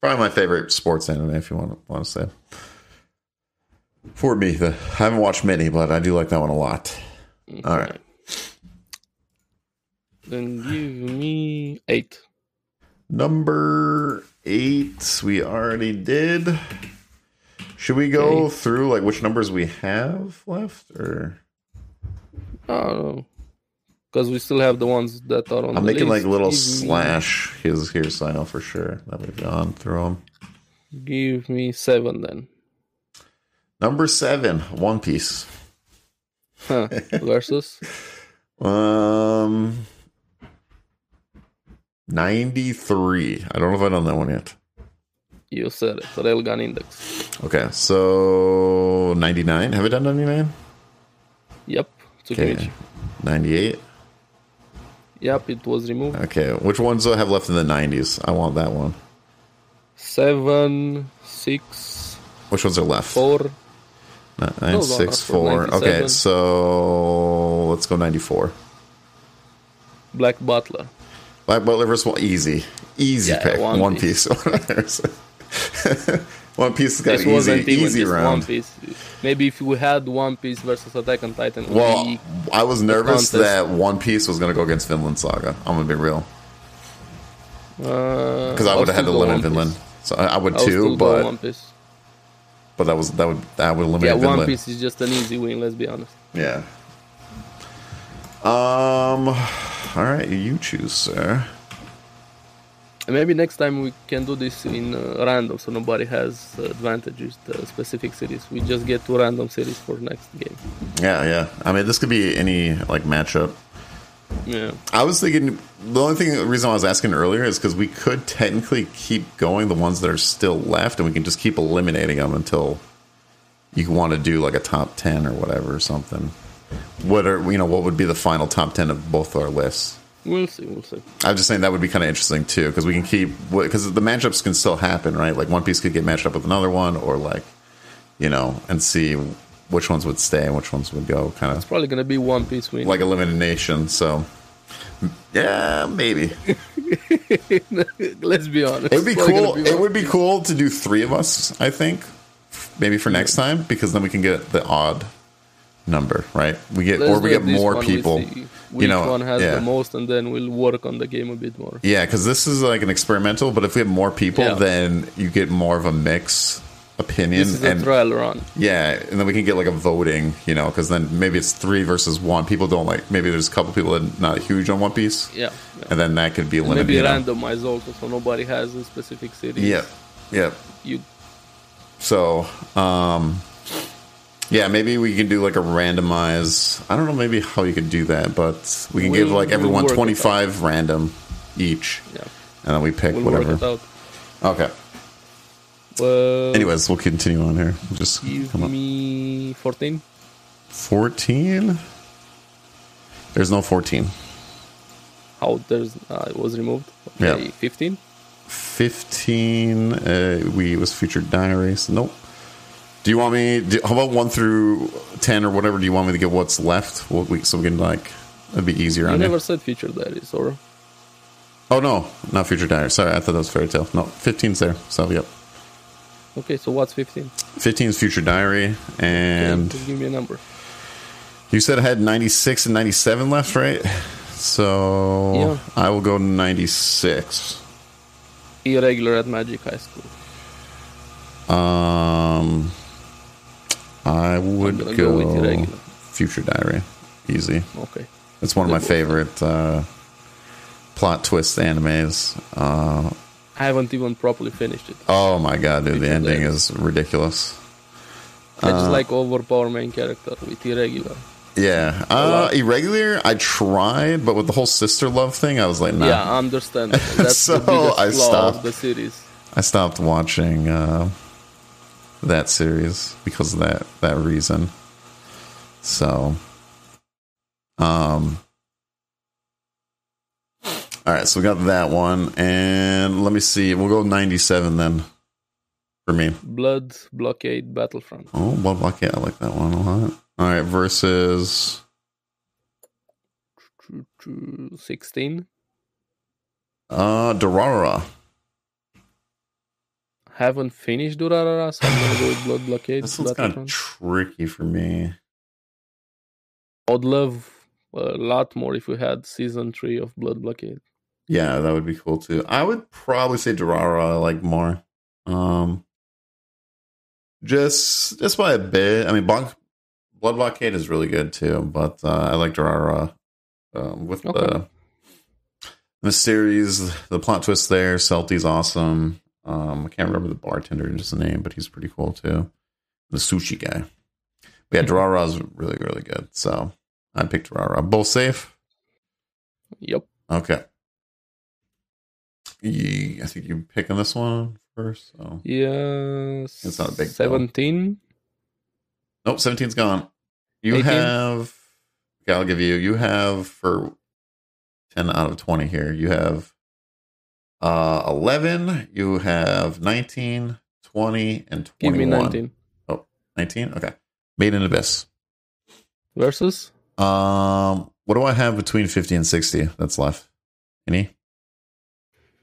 S1: Probably my favorite sports anime, if you want want to say. For me, the, I haven't watched many, but I do like that one a lot.
S2: Mm.
S1: All right,
S2: Then give me eight.
S1: number eight, we already did. Should we go
S2: Okay.
S1: through like which numbers we have left, or
S2: Oh, because we still have the ones that are on.
S1: I'm
S2: the
S1: making
S2: list.
S1: like little
S2: Give me-
S1: slash his here sign for sure that we've gone through them.
S2: Give me seven then.
S1: Number seven, One Piece.
S2: Huh. Versus.
S1: Um, ninety-three. I don't know if I've done that one yet.
S2: You said it. Railgun Index.
S1: Okay, so ninety-nine. Have I done ninety-nine?
S2: Yep.
S1: Okay,
S2: Tsukimichi.
S1: ninety-eight.
S2: Yep, it was removed.
S1: Okay, which ones do I have left in the nineties? I want that one.
S2: Seven, six,
S1: Which ones are left?
S2: four.
S1: Ni- Nine,
S2: Those are
S1: six,
S2: left for
S1: four. Okay,
S2: 97.
S1: so let's go ninety-four.
S2: Black Butler.
S1: Black Butler versus one. Easy, easy
S2: Yeah,
S1: pick. One,
S2: One
S1: piece. one piece has got an
S2: this
S1: easy,
S2: wasn't even
S1: easy
S2: just
S1: round.
S2: One Piece. Maybe if we had One Piece versus Attack on Titan, it would
S1: Well,
S2: be-
S1: I was nervous that
S2: contest.
S1: One Piece was going to go against Vinland Saga. I'm going to be real
S2: uh,
S1: because I
S2: I'll
S1: would have had to
S2: still go
S1: limit
S2: One Piece.
S1: Vinland. So I, I would
S2: I'll still
S1: too,
S2: go
S1: but
S2: One Piece.
S1: but that was that would that would eliminate
S2: Yeah,
S1: Vinland.
S2: One Piece is just an easy win. Let's be honest.
S1: Yeah. Um. All right, you choose, sir.
S2: And Maybe next time we can do this in uh, random, so nobody has uh, advantages. The specific series, we just get two random series for next game.
S1: Yeah, yeah. I mean, this could be any like matchup.
S2: Yeah,
S1: I was thinking the only thing the reason I was asking earlier is because we could technically keep going the ones that are still left, and we can just keep eliminating them until you want to do like a top ten or whatever or something. What are you know what would be the final top ten of both our lists?
S2: we'll see. We'll see.
S1: I'm just saying that would be kind of interesting too because we can keep because the matchups can still happen, right? Like one piece could get matched up with another one, or like you know, and see which ones would stay and which ones would go, kind of
S2: Probably gonna be One Piece win.
S1: like elimination. So Yeah, maybe.
S2: Let's be honest.
S1: It would be
S2: We're gonna
S1: cool. it would be cool to do three of us. I think maybe for next time because then we can get the odd number, right? We get
S2: Let's
S1: or we
S2: do
S1: get
S2: this
S1: more
S2: one, we
S1: people.
S2: see which
S1: know,
S2: one has
S1: yeah.
S2: the most, and then we'll work on the game a bit more.
S1: Yeah, because this is like an experimental. But if we have more people,
S2: Yeah.
S1: then you get more of a mix opinion
S2: This is a
S1: and
S2: trial run.
S1: yeah, and then we can get like a voting, you know, because then maybe it's three versus one. People don't like maybe there's a couple people that are not huge on One Piece,
S2: Yeah. yeah.
S1: and then that could be limited.
S2: Maybe
S1: you know?
S2: randomize also, so nobody has a specific series.
S1: Yeah, yeah.
S2: You
S1: So, um, yeah, maybe we can do like a randomized. I don't know, maybe how you could do that, but we can give
S2: We'll-
S1: like
S2: we'll
S1: everyone
S2: work it out.
S1: twenty five random each,
S2: yeah.
S1: and then we pick
S2: We'll work it
S1: whatever.
S2: out.
S1: Okay.
S2: Well,
S1: Anyways, we'll continue on here. We'll Just
S2: give
S1: come up.
S2: me fourteen.
S1: fourteen. There's no fourteen.
S2: How there's uh, it was removed.
S1: Yeah.
S2: Fifteen.
S1: 15 uh, we was featured diaries nope do you want me do, how about 1 through 10 or whatever do you want me to get what's left what we, so we can like it'd be easier
S2: You
S1: on
S2: never
S1: you
S2: said feature diaries or
S1: oh no not future diaries sorry i thought that was fairy tale no 15's there so yep
S2: okay. So what's fifteen?
S1: 15 is future diary and
S2: Okay, give me a number.
S1: you said i had 96 and 97 left right so
S2: Yeah.
S1: i will go 96
S2: Irregular at Magic High School.
S1: Um, I would
S2: gonna go
S1: go,
S2: with irregular.
S1: Future Diary. Easy.
S2: Okay.
S1: It's one of my
S2: Good one.
S1: favorite uh, plot twist animes. Uh,
S2: I haven't even properly finished it.
S1: oh my god, dude! The
S2: Future
S1: ending
S2: Diary.
S1: is ridiculous.
S2: I
S1: Uh,
S2: just like overpower main character with irregular.
S1: Yeah, uh, irregular. I tried, but with the whole sister love thing, I was like, nah.
S2: Yeah, understandable. That's
S1: So,
S2: the biggest
S1: I
S2: flaw
S1: stopped.
S2: of the series.
S1: I stopped watching uh, that series because of that that reason. So, um, all right. So we got that one, and let me see. We'll go ninety-seven then for me.
S2: Blood blockade battlefront.
S1: Oh, Blood Bucket. I like that one a lot. All right, versus
S2: Sixteen.
S1: uh Durarara.
S2: Haven't finished Durarara, so I'm gonna go with blood blockade
S1: This one's kind of
S2: battlefront.
S1: tricky for me.
S2: I would love a lot more if we had season three of blood blockade.
S1: Yeah, that would be cool too. I would probably say Durarara I like more. Um just just by a bit. I mean Blanc, Blood Blockade is really good too, but uh, I like Durarara um, with
S2: Okay.
S1: the the series, the plot twist there, Celty's awesome. Um I can't remember the bartender's name, but he's pretty cool too. The sushi guy. But yeah, Durarara's really, really good. So I picked Durarara. Both safe.
S2: Yep.
S1: Okay. Ye- I think you pick on this one first. So.
S2: Yes.
S1: It's not a big deal.
S2: Seventeen.
S1: Nope, 17's gone. You
S2: 18?
S1: have. Okay, I'll give you. You have for 10 out of 20 here. You have uh 11, you have 19, 20, and 21.
S2: Give me nineteen.
S1: 19? Okay. Made in Abyss.
S2: Versus
S1: Um, what do I have between 50 and 60 that's left? Any?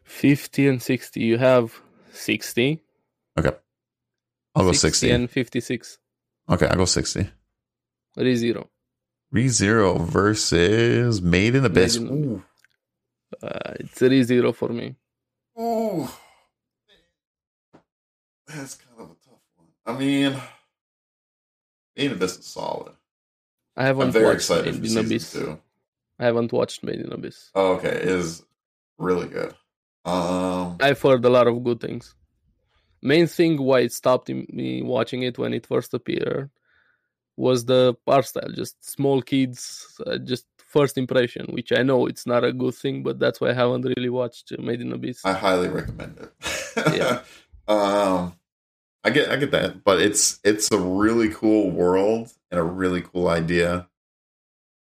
S2: fifty and sixty. You have sixty.
S1: Okay. I'll go 60.
S2: and fifty-six.
S1: okay, I'll go 60.
S2: It is zero.
S1: ReZero versus Made in Abyss.
S2: Made
S1: Ooh.
S2: in Uh, it's three zero for me.
S1: Ooh. That's kind of a tough one. I mean, Made in Abyss is solid.
S2: I haven't
S1: I'm very
S2: watched
S1: excited for
S2: Made in
S1: season
S2: Abyss.
S1: two.
S2: I haven't watched Made in Abyss.
S1: Oh, okay, it is really good. Um,
S2: I've heard a lot of good things. Main thing why it stopped in- me watching it when it first appeared was the art style, just small kids, uh, just first impression, which I know it's not a good thing, but that's why I haven't really watched uh, Made in Abyss.
S1: I highly recommend it.
S2: Yeah.
S1: um, I get I get that, but it's it's a really cool world and a really cool idea.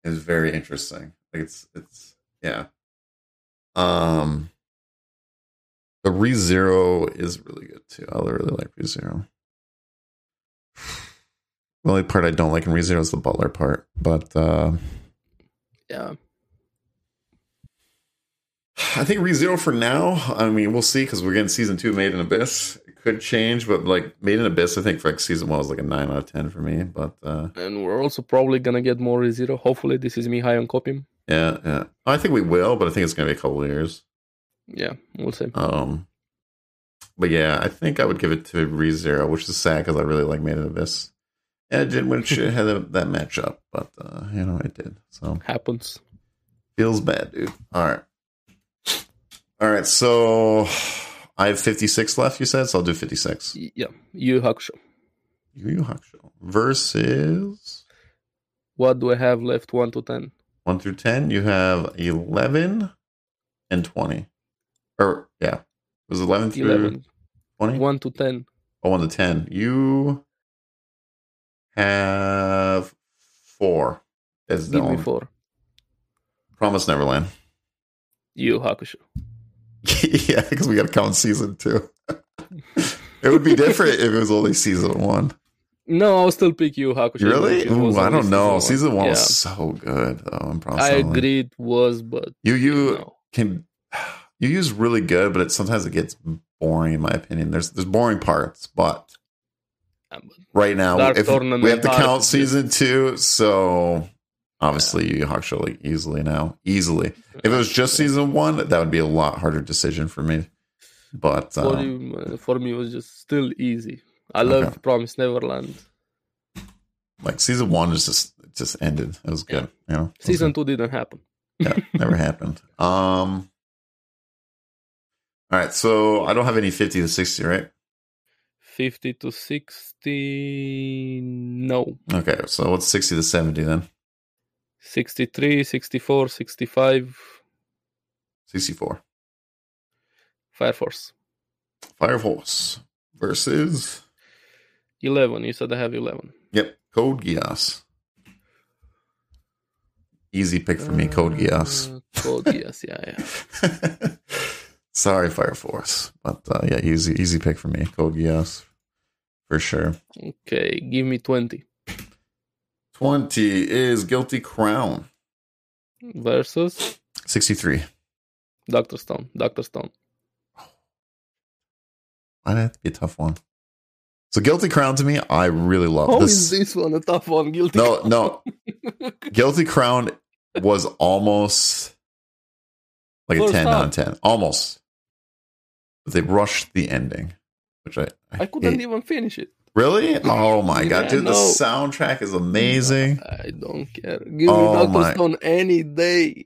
S1: It's very interesting. Like it's it's yeah. Um, the ReZero is really good too. I really like ReZero. The only part I don't like in ReZero is the butler part, but uh,
S2: yeah.
S1: I think ReZero for now. I mean, we'll see because we're getting season two Made in Abyss. It could change, but like Made in Abyss, I think for like season one was like a nine out of ten for me. But uh
S2: And we're also probably gonna get more ReZero. Hopefully, this is me high on copying.
S1: yeah, yeah. I think we will, but I think it's gonna be a couple of years.
S2: Yeah, we'll see.
S1: Um but yeah, I think I would give it to ReZero, which is sad because I really like Made in Abyss. And it didn't win shit had that that matchup, but uh, you know, it did. So
S2: Happens.
S1: Feels bad, dude. All right. All right. So I have 56 left, you said? So I'll do 56.
S2: Y- Yeah, Yu Hakusho.
S1: Yu Yu Hakusho versus
S2: What do I have left? One to ten.
S1: 1 through 10. You have 11 and 20. Or, yeah. It was 11 through
S2: Eleven.
S1: 20?
S2: One to ten.
S1: Oh, 1 to 10. You have 4. That's the
S2: Give me
S1: only.
S2: four.
S1: Promise Neverland.
S2: Yu Hakusho.
S1: yeah, because we got to count season two. it would be different if it was only season one.
S2: No, I'll still pick Yu Hakusho. even if
S1: Really?
S2: it was
S1: Ooh, I
S2: only
S1: don't know. Season one
S2: Yeah.
S1: was so good. Oh, I'm probably
S2: I agree it was, but
S1: You you
S2: no.
S1: can you use really good, but it sometimes it gets boring in my opinion. There's there's boring parts, but
S2: Yeah, but-
S1: right now
S2: Um, Dark
S1: if
S2: Tournament
S1: we have to
S2: parts
S1: count
S2: is-
S1: season two, so obviously you Hawk Show like easily now. Easily. If it was just season one, that would be a lot harder decision for me. But
S2: for,
S1: um,
S2: you, uh, for me, it was just still easy. I
S1: Okay.
S2: loved Promise Neverland.
S1: like season one is just it just ended. It was good. You know, It was
S2: Season two didn't happen.
S1: yeah, never happened. Um. All right, so I don't have any fifty to sixty, right?
S2: Fifty to sixty. No.
S1: Okay, so what's sixty to seventy then?
S2: 63, 64, 65,
S1: Sixty-four.
S2: Fire Force.
S1: Fire Force versus
S2: 11. You said I have 11.
S1: yep, Code Geass. Easy pick for me, Code Geass.
S2: Uh, Code Geass, yeah, yeah.
S1: Sorry, Fire Force, but uh, yeah, easy easy pick for me, Code Geass, for sure.
S2: Okay, give me 20.
S1: Twenty is Guilty Crown.
S2: Versus
S1: Sixty-three.
S2: Dr. Stone. Dr. Stone.
S1: I'd have to be a tough one. So Guilty Crown to me, I really love
S2: How
S1: this.
S2: is this one a tough one? Guilty.
S1: No, no. Guilty Crown was almost like a
S2: First
S1: ten
S2: half.
S1: on ten, almost. But they rushed the ending, which I I,
S2: I couldn't
S1: hate.
S2: even finish it.
S1: really. Oh my
S2: Yeah,
S1: god, dude! The
S2: no.
S1: soundtrack is amazing.
S2: I don't care. Give
S1: Oh
S2: me Dr.
S1: my- Ah.
S2: Stone any day.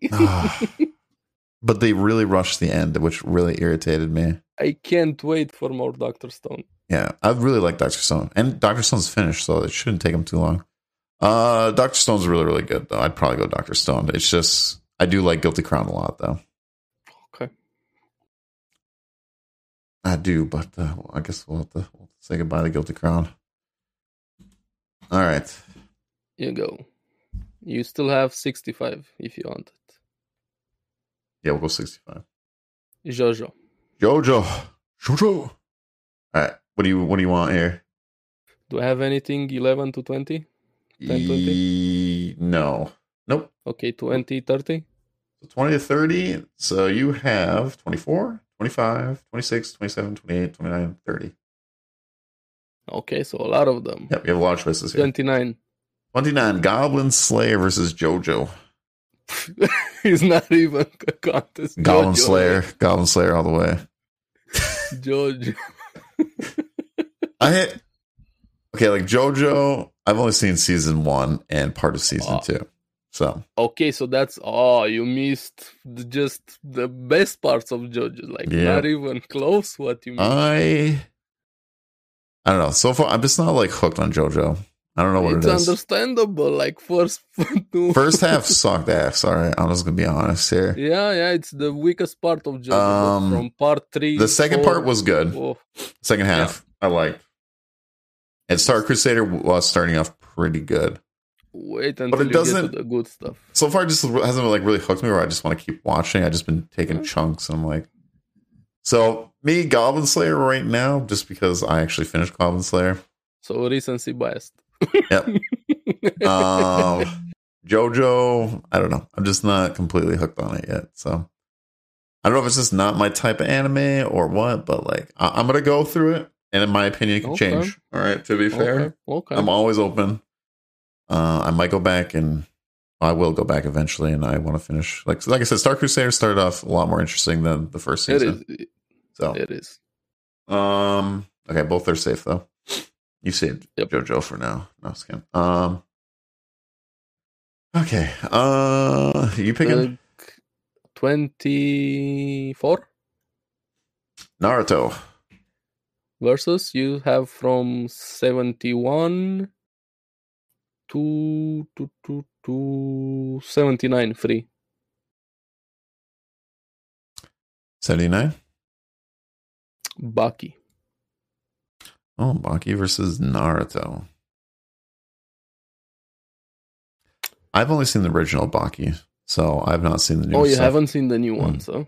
S1: but they really rushed the end, which really irritated me.
S2: I can't wait for more Dr. Stone.
S1: Yeah, I really like Doctor Stone, and Doctor Stone's finished, so it shouldn't take him too long. Uh, Doctor Stone's really, really good though. I'd probably go Doctor Stone. It's just I do like Guilty Crown a lot though.
S2: Okay.
S1: I do, but uh, well, I guess we'll have, to, we'll have to say goodbye to Guilty Crown. All right,
S2: You go. You still have 65 if you want it.
S1: yeah, we'll go sixty-five.
S2: Jojo.
S1: Jojo, Jojo. All right, what do you what do you want here?
S2: Do I have anything 11 to 20? 10, 20?
S1: E- no, nope.
S2: Okay, 20, 30?
S1: So 20 to 30. So you have 24, 25, 26, 27, 28, 29, 30.
S2: Okay, so a lot of them.
S1: Yep, we have a lot of choices here.
S2: 29.
S1: 29, Goblin Slayer versus JoJo.
S2: it's not even a contest.
S1: Goblin
S2: Jojo.
S1: Slayer, Goblin Slayer all the way.
S2: Jojo.
S1: I hit. Okay, like JoJo, I've only seen season one and part of season
S2: Oh.
S1: two. So,
S2: Okay, so that's oh, you missed the, just the best parts of Jojo. Like
S1: Yeah.
S2: not even close what you missed.
S1: I. I don't know. So far, I'm just not like hooked on JoJo. I don't know what
S2: it's
S1: it is.
S2: understandable. Like first two.
S1: First half sucked ass. All right, I'm just gonna be honest here.
S2: Yeah, yeah, it's the weakest part of Jojo. but
S1: Um,
S2: from part three.
S1: The second
S2: four-
S1: part was good.
S2: oh,
S1: Second half, I liked. And Star Crusader was starting off pretty good.
S2: wait until
S1: it
S2: you get to
S1: doesn't-
S2: the good stuff.
S1: So far, it just hasn't like really hooked me. Where I just want to keep watching. I just been taking chunks, and I'm like, so me Goblin Slayer right now, just because I actually finished Goblin Slayer.
S2: So recency biased.
S1: Yep. Um, JoJo, I don't know. I'm just not completely hooked on it yet. So I don't know if it's just not my type of anime or what, but like I- I'm gonna go through it, and in my opinion, it can
S2: Okay.
S1: change. All right, to be fair,
S2: Okay. okay.
S1: I'm always open. Uh, I might go back, and I will go back eventually, and I want to finish. Like like I said, Star Crusader started off a lot more interesting than the first
S2: It
S1: season.
S2: is. It,
S1: So
S2: it is.
S1: um, okay, both are safe though. You saved
S2: Yep.
S1: JoJo for now. No, just kidding. Um, okay. Uh, you picking
S2: Twenty four
S1: Naruto?
S2: versus you have from seventy one to to to to seventy nine free.
S1: Seventy nine.
S2: Baki.
S1: Oh, Baki versus Naruto. I've only seen the original Baki, so I've not seen the new. Mm.
S2: Oh, you
S1: stuff.
S2: haven't seen the new ones, huh?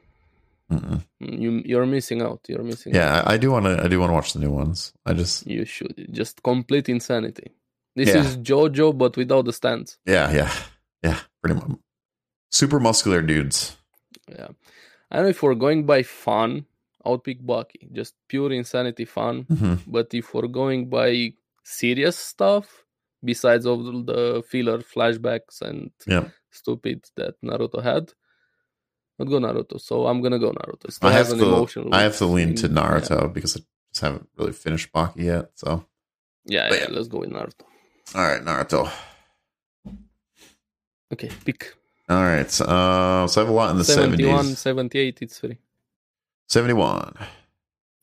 S1: Mm-mm.
S2: You you're missing out. You're missing. out.
S1: Yeah, I, I do want to. I do want to watch the new ones. I just.
S2: You should just complete insanity. This
S1: Yeah.
S2: is JoJo, but without the stands.
S1: Yeah, yeah, yeah. Pretty much. Super muscular dudes.
S2: Yeah. I don't know if we're going by fun, I would pick Baki. Just pure insanity fun.
S1: hmm
S2: But if we're going by serious stuff, besides all the filler flashbacks and
S1: Yeah.
S2: stupid that Naruto had, I'd go Naruto. So I'm gonna go Naruto. Still
S1: I have
S2: has
S1: to.
S2: an emotional.
S1: I have to lean
S2: in-
S1: to Naruto because I just haven't really finished Baki yet. So,
S2: Yeah,
S1: But
S2: yeah, yeah.
S1: yeah.
S2: Let's go with Naruto.
S1: all right, Naruto.
S2: Okay, pick
S1: All right. Uh, so I have a lot in the
S2: 71,
S1: seventies.
S2: 78, It's free.
S1: Seventy-one.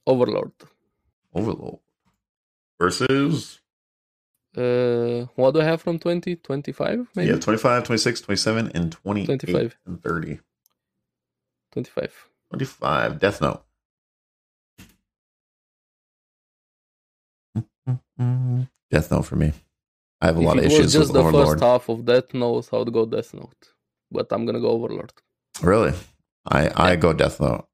S2: Overlord.
S1: Overlord versus
S2: Uh, what do I have from 20? 25, maybe?
S1: yeah 25 26 27 and 28
S2: 25.
S1: and 30
S2: 25.
S1: 25 death note Mm-mm-mm. death note for me i have a lot of
S2: Mm-hmm. if it was
S1: issues
S2: just
S1: with
S2: the
S1: overlord
S2: first half of Death Note, I would go Death Note. But I'm gonna go Overlord.
S1: really i i
S2: Yeah.
S1: go death note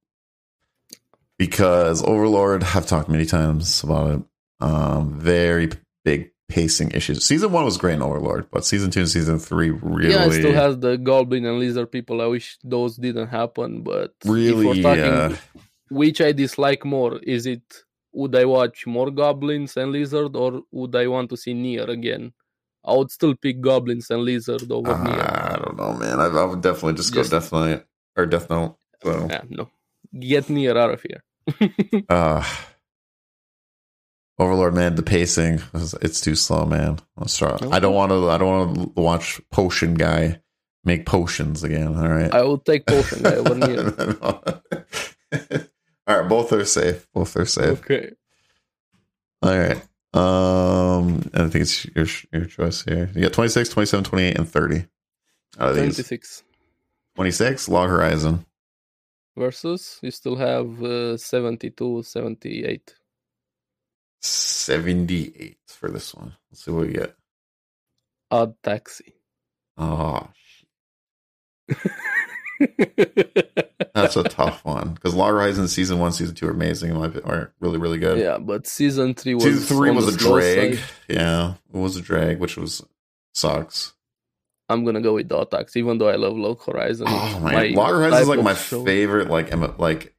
S1: because overlord i've talked many times about it um very big pacing issues season one was great in overlord but season two and season three really
S2: Yeah, it still has the Goblin and Lizard people. I wish those didn't happen, but if we're
S1: really uh,
S2: which I dislike more, is it would I watch more Goblins and Lizard or would I want to see Nier again? I would still pick Goblins and Lizard over Nier.
S1: I don't know, man. I, I would definitely just,
S2: Just-
S1: go Death Knight or Death Note. So,
S2: Yeah, no. Get Nier out of here.
S1: uh, Overlord, man, the pacing is- it's too slow, man. Let's try. I don't want to. I don't want to watch Potion Guy make potions again. All right.
S2: I would take Potion Guy over Nier.
S1: all right, both are safe. Both are safe.
S2: Okay.
S1: All right. Um, I think it's your your choice here. You got 26, 27, 28, and 30. Out of these,
S2: 26
S1: 26, Log Horizon.
S2: versus you still have uh, 72, 78.
S1: 78 for this one. Let's see what we get.
S2: Odd Taxi.
S1: Oh, that's a tough one because Law Horizon season one, season two are amazing. In my opinion, are really, really good.
S2: yeah, but season three was
S1: season three
S2: on
S1: was
S2: the
S1: a
S2: slow
S1: drag.
S2: side.
S1: Yeah, it was a drag, which was sucks.
S2: I'm gonna go with Dot Taxi, even though I love Log Horizon.
S1: Oh
S2: It's
S1: man, Law Horizon
S2: type
S1: is like
S2: of
S1: my
S2: show.
S1: favorite, like M- like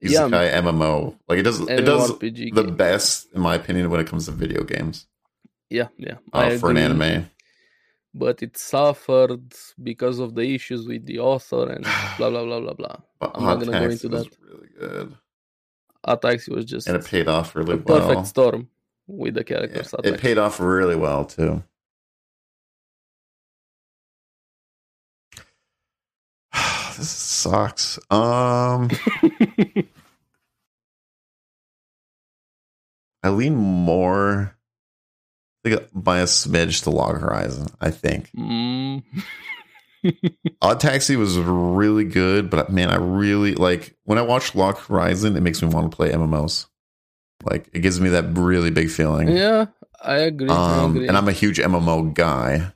S2: Yeah,
S1: isekai MMO. Like it does, it does
S2: MMORPG
S1: the
S2: game.
S1: best in my opinion when it comes to video games
S2: Yeah, yeah.
S1: uh,
S2: I
S1: for an
S2: agree.
S1: anime.
S2: but it suffered because of the issues with the author and blah blah blah blah blah.
S1: But
S2: I'm not
S1: Odd
S2: gonna go
S1: Taxi
S2: into
S1: was Really good,
S2: Odd Taxi was just
S1: and it paid off really
S2: a
S1: well.
S2: perfect storm with the
S1: Yeah,
S2: characters. Odd
S1: it
S2: Taxi.
S1: paid off really well too. this sucks. Um, I lean more like by a smidge to Log Horizon. I think
S2: Mm.
S1: Odd Taxi was really good, but man, I really like when I watch Log Horizon. It makes me want to play MMOs. Like it gives me that really big feeling.
S2: yeah, I agree. I
S1: Um,
S2: agree.
S1: and I'm a huge MMO guy.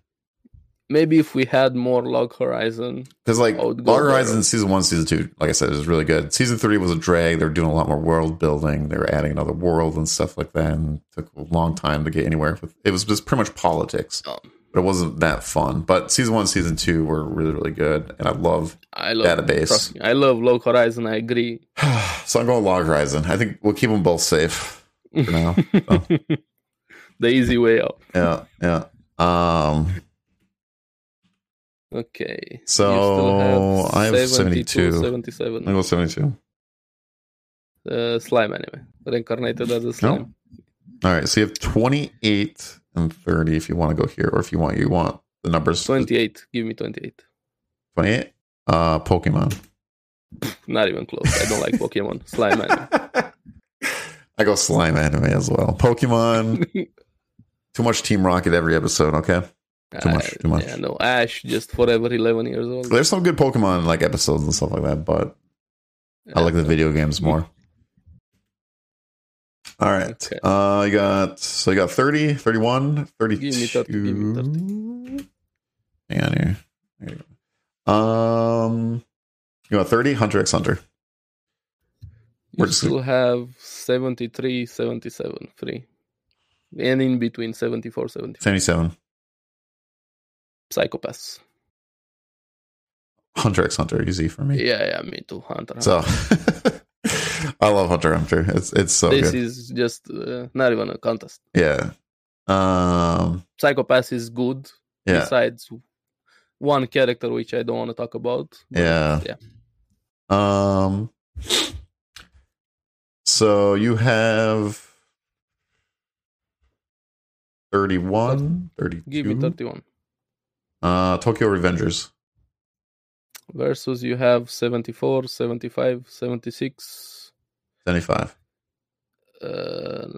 S2: Maybe if we had more Log Horizon,
S1: Because like
S2: I would go
S1: Log
S2: there.
S1: Horizon season one, season two, like I said, is really good. Season three was a drag. They were doing a lot more world building. They were adding another world and stuff like that, and it took a long time to get anywhere. With it was just pretty much politics.
S2: um,
S1: but it wasn't that fun. But season one, season two were really, really good, and I love.
S2: I love
S1: Database.
S2: trust me, I love Log Horizon. I agree.
S1: so I'm going Log Horizon. I think we'll keep them both safe for now. So,
S2: The easy way out.
S1: yeah, yeah. Um,
S2: Okay. You
S1: so I have 72.
S2: 77.
S1: I go 72.
S2: Uh, slime anime. Reincarnated as a slime.
S1: All right, so you have 28 and 30 if you want to go here, or if you want, you want the numbers
S2: 28. Give me 28.
S1: 28. Uh, Pokemon.
S2: Not even close. I don't like Pokemon. Slime anime.
S1: I go slime anime as well. Pokemon. Too much Team Rocket every episode. Okay, Too much,
S2: Uh,
S1: too much.
S2: Yeah, no. Ash just forever 11 years old.
S1: there's some good Pokemon like episodes and stuff like that, but I like the video games more. All right.
S2: Okay.
S1: Uh, you got so you got 30, 31, 32.
S2: Give me 30, give me 30.
S1: Hang on here. There you go. Um, you got 30, Hunter x Hunter.
S2: You
S1: We're just-
S2: still have 73, 77 free. And in between 74, 75.
S1: 77,
S2: Psychopaths.
S1: Hunter x Hunter, easy for me.
S2: Yeah, yeah, me too. Hunter. Hunter.
S1: So
S2: um,
S1: I love Hunter x Hunter. It's it's so
S2: this
S1: good.
S2: is just uh, not even a contest.
S1: yeah. Um,
S2: Psychopaths is good.
S1: yeah.
S2: Besides one character which I don't want to talk about. but
S1: Yeah.
S2: Yeah.
S1: Um so you have 31, 32.
S2: Give me 31.
S1: Uh Tokyo Revengers.
S2: Versus you have 74, 75, 76,
S1: 75.
S2: uh,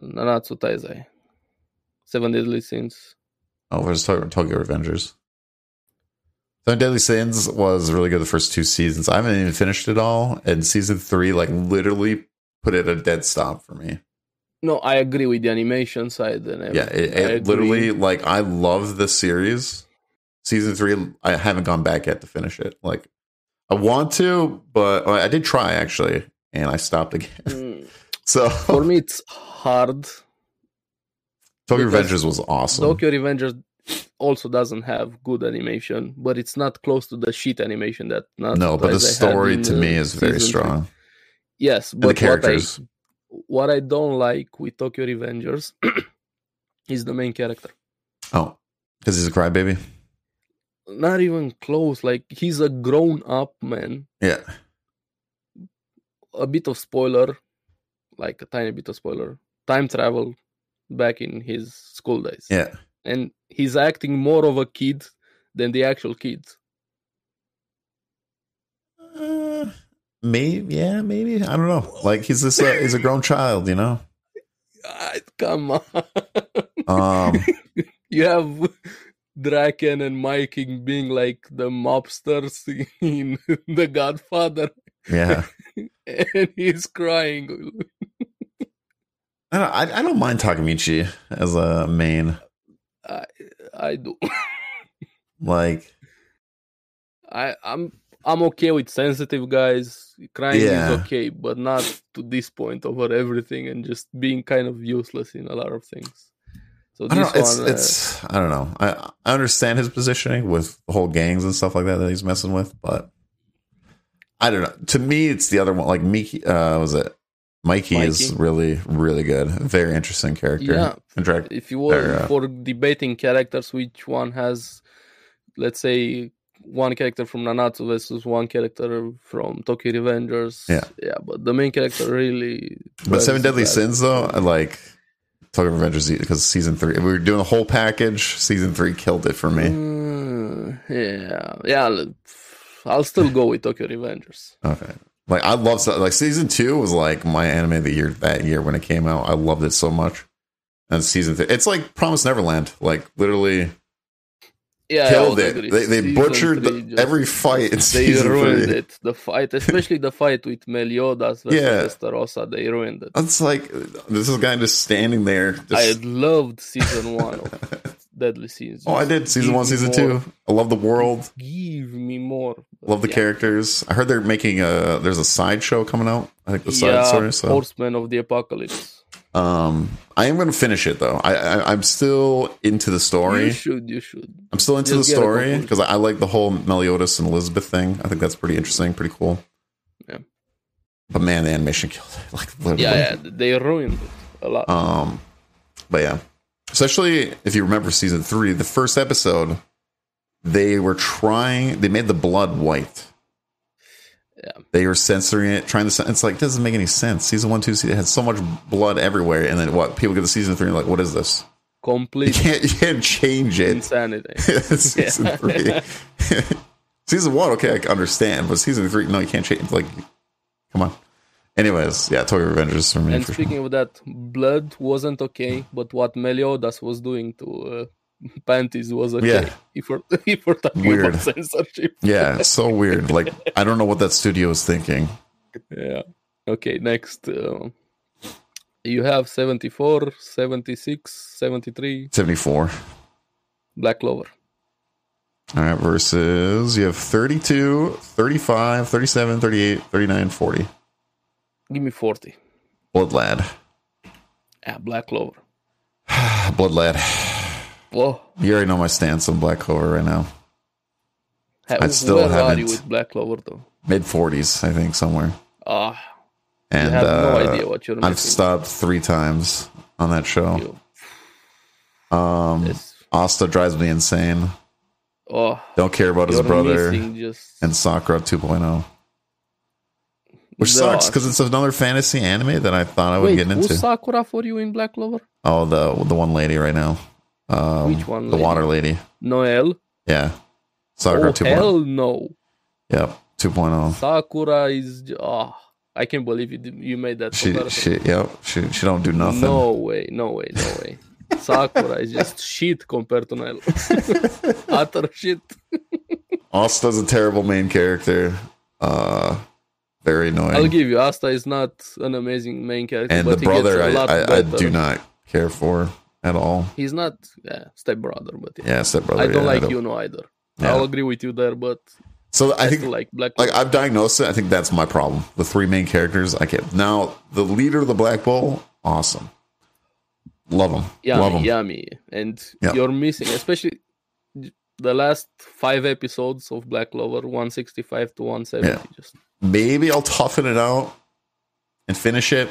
S2: Nanatsu Taizai. Seven Deadly Sins.
S1: Oh, where's Tokyo, Tokyo Revengers? Seven Deadly Sins was really good the first two seasons. I haven't even finished it all. And season three, like literally put it at a dead stop for me.
S2: No, I agree with the animation side and
S1: yeah
S2: everything.
S1: it,
S2: I
S1: it
S2: agree.
S1: literally like i love the series season three i haven't gone back yet to finish it like i want to but i did try actually and i stopped again
S2: Mm,
S1: so
S2: For me, it's hard.
S1: tokyo
S2: because
S1: revengers was awesome
S2: Tokyo Revengers also doesn't have good animation, but it's not close to the shit animation that. Not
S1: no but the
S2: as I had
S1: story
S2: in,
S1: to
S2: uh,
S1: me is very
S2: season three.
S1: strong
S2: Yes,
S1: and the
S2: but what I
S1: characters
S2: what I don't like with Tokyo Revengers is the main character.
S1: oh because he's a crybaby
S2: Not even close. Like he's a grown up man.
S1: yeah
S2: A bit of spoiler, like a tiny bit of spoiler. Time travel back in his school days.
S1: yeah
S2: and he's acting more of a kid than the actual kid.
S1: uh, maybe yeah maybe i don't know like he's this uh, he's a grown child you know
S2: Ah, come on,
S1: um
S2: you have Draken and Mike being like the mobsters in The Godfather,
S1: yeah
S2: and he's crying.
S1: I don't, I, I don't mind Takamichi as a main.
S2: I do.
S1: Like,
S2: I, I'm I'm okay with sensitive guys. Crying
S1: Yeah.
S2: is okay, but not to this point over everything and just being kind of useless in a lot of things. So
S1: I don't
S2: this
S1: know. It's,
S2: one, uh,
S1: it's I don't know. I, I understand his positioning with the whole gangs and stuff like that that he's messing with, but I don't know. To me, it's the other one. Like Miki, uh, what was it Mikey, is
S2: Mikey.
S1: really really good. Very interesting character.
S2: uh, yeah,
S1: Interact.
S2: if you were
S1: Or, uh,
S2: for debating characters, which one has, let's say, one character from Nanatsu versus one character from Tokyo Revengers.
S1: Yeah.
S2: yeah, but the main character really.
S1: But Seven Deadly
S2: drives that.
S1: Sins though, I like Tokyo Revengers because season three. We were doing the whole package. Season three killed it for me.
S2: Mm, yeah, yeah. I'll- I'll still go with Tokyo Revengers.
S1: Okay. Like I love so- like season two was like my anime of the year that year when it came out. I loved it so much. And season three, it's like Promise Neverland. Like literally
S2: Yeah, I
S1: killed
S2: would
S1: it.
S2: agree.
S1: They they
S2: Season
S1: butchered
S2: three
S1: the-
S2: just-
S1: every fight in
S2: They
S1: season
S2: ruined
S1: three.
S2: it. The fight, especially the fight with Meliodas versus
S1: Yeah.
S2: Estarossa, they ruined it.
S1: It's like this is guy just standing there. Just,
S2: I loved season one of Deadly Sins.
S1: oh, I did season
S2: Give
S1: one,
S2: me
S1: season
S2: more.
S1: two. I love the world.
S2: Give me more.
S1: Love the
S2: Yeah.
S1: characters. I heard they're making a there's a sideshow coming out. I think the side
S2: Yeah,
S1: story. So
S2: Horsemen of the Apocalypse.
S1: Um, I am going to finish it though. I, I I'm still into the story.
S2: You should. You should.
S1: I'm still into the
S2: Just get a
S1: story
S2: conclusion.
S1: because I, I like the whole Meliodas and Elizabeth thing. I think that's pretty interesting, pretty cool.
S2: Yeah.
S1: But man, the animation killed it. Like literally.
S2: Yeah, yeah. They ruined it a lot.
S1: Um, but yeah, especially if you remember season three, the first episode, they were trying. They made the blood white.
S2: Yeah.
S1: They were censoring it, trying to. cen- It's like doesn't make any sense. Season one, two, season, it had so much blood everywhere, and then what? People get to season three, and like, what is this? You
S2: Complete
S1: can't, you can't change it.
S2: insanity.
S1: season
S2: Yeah.
S1: three. season one, okay, I can understand, but season three, no, you can't change. Like, come on. Anyways, yeah, Tokyo Revengers for me.
S2: And
S1: for sure.
S2: speaking of that, blood wasn't okay, but what Meliodas was doing to uh, panties was okay.
S1: Yeah.
S2: If we're if we're talking
S1: Weird.
S2: about censorship,
S1: Yeah, it's so weird. Like, I don't know what that studio is thinking.
S2: yeah. Okay, next. Um you have 74, 76, 73,
S1: 74.
S2: Black Clover.
S1: All right, versus you have 32, 35, 37, 38, 39, 40.
S2: Give me 40.
S1: Blood Lad.
S2: Yeah, Black Clover.
S1: Blood Lad.
S2: Whoa.
S1: You already know my stance on Black Clover right now.
S2: Ha-
S1: I still
S2: Where are
S1: haven't.
S2: you with Black Clover, though?
S1: Mid 40s, I think, somewhere.
S2: Ah,
S1: And
S2: I have no
S1: uh,
S2: idea what you're
S1: I've
S2: missing.
S1: stopped three times on that show.
S2: You-
S1: Um,
S2: it's-
S1: Asta drives me insane.
S2: Oh,
S1: Don't care about his
S2: you're
S1: brother.
S2: missing just
S1: and Sakura 2.0. Which
S2: the-
S1: sucks because it's another fantasy anime that I thought I would
S2: Wait,
S1: get
S2: who's
S1: into.
S2: Sakura for you in Black Clover?
S1: oh, the the one lady right now. Um,
S2: Which one
S1: The
S2: lady?
S1: water lady.
S2: Noel?
S1: Yeah. Sakura
S2: Oh,
S1: 2.0.
S2: hell no.
S1: Yep. oh. 2.0.
S2: Sakura is. j- ah I can't believe you, did, you made that
S1: She,
S2: comparison.
S1: she, yep. She, she don't do nothing.
S2: No way, no way, no way. Sakura is just shit compared to Noel. Utter shit.
S1: Asta's a terrible main character. Uh, very
S2: I'll
S1: annoying.
S2: give you, Asta is not an amazing main character.
S1: and the
S2: but he gets
S1: brother,
S2: a
S1: I,
S2: lot
S1: I, I
S2: better.
S1: do not care for at all.
S2: He's not yeah, stepbrother, but yeah.
S1: Yeah, stepbrother.
S2: I don't
S1: yeah,
S2: like Yuno either.
S1: Yeah.
S2: I'll agree with you there, but
S1: So I
S2: I
S1: think
S2: still like Black
S1: like I've diagnosed it. I think that's my problem. The three main characters I get now. The leader of the Black Bull, awesome, love him,
S2: yummy,
S1: love him.
S2: yummy. And
S1: Yeah.
S2: you're missing, especially the last five episodes of Black Clover, 165 to 170. Just
S1: Maybe I'll toughen it out and finish it.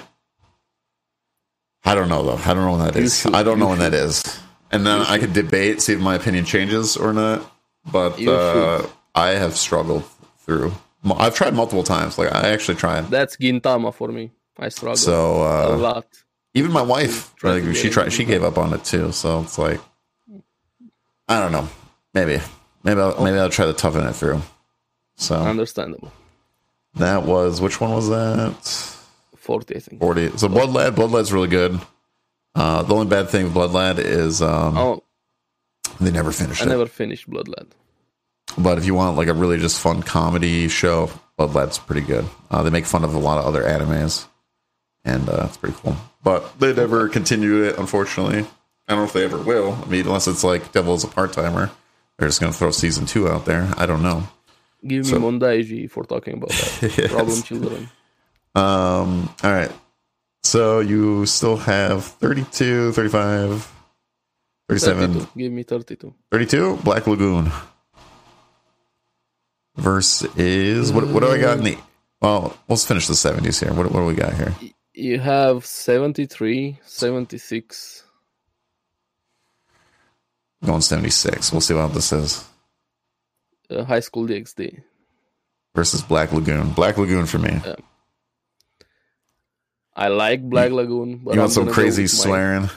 S1: I don't know though. I don't know when that
S2: You
S1: is.
S2: should,
S1: I don't know
S2: you
S1: when that is. And then I could debate, see if my opinion changes or not. But
S2: You
S1: uh,
S2: should.
S1: I have struggled through. Mu- I've tried multiple times. Like I actually tried.
S2: that's Gintama for me. I struggle
S1: So uh,
S2: a lot.
S1: even my wife
S2: Tried
S1: like,
S2: Oh. to
S1: she
S2: get
S1: tried
S2: into
S1: she
S2: it.
S1: gave up on it too so it's like i don't know maybe maybe i'll maybe i'll try to toughen it through so
S2: Oh. Understandable.
S1: that was which one was that
S2: 40, I think.
S1: 40 so blood lad blood lad's really good uh the only bad thing with blood lad is um
S2: Oh,
S1: they never finished
S2: I
S1: it
S2: never finished Bloodland.
S1: but if you want like a really just fun comedy show blood lad's pretty good uh they make fun of a lot of other animes and uh it's pretty cool but they never continued it unfortunately I don't know if they ever will. I mean, unless it's like Devil is a part timer, they're just going to throw season two out there. I don't know.
S2: Give me
S1: So-
S2: Mondaiji for talking about that.
S1: Yes.
S2: Problem children.
S1: Um, all right. So you still have 32, 35, 37,
S2: 32. Give me 32.
S1: 32, Black Lagoon. Versus, what, what do I got in the. Well, let's finish the 70s here. What, what do we got here?
S2: You have 73, 76.
S1: Going 76. We'll see what this is.
S2: Uh, high school DxD.
S1: Versus Black Lagoon. Black Lagoon
S2: Uh,
S1: for me.
S2: I like Black Lagoon, but
S1: you
S2: I'm
S1: want some
S2: gonna go
S1: crazy
S2: with my-
S1: swearing?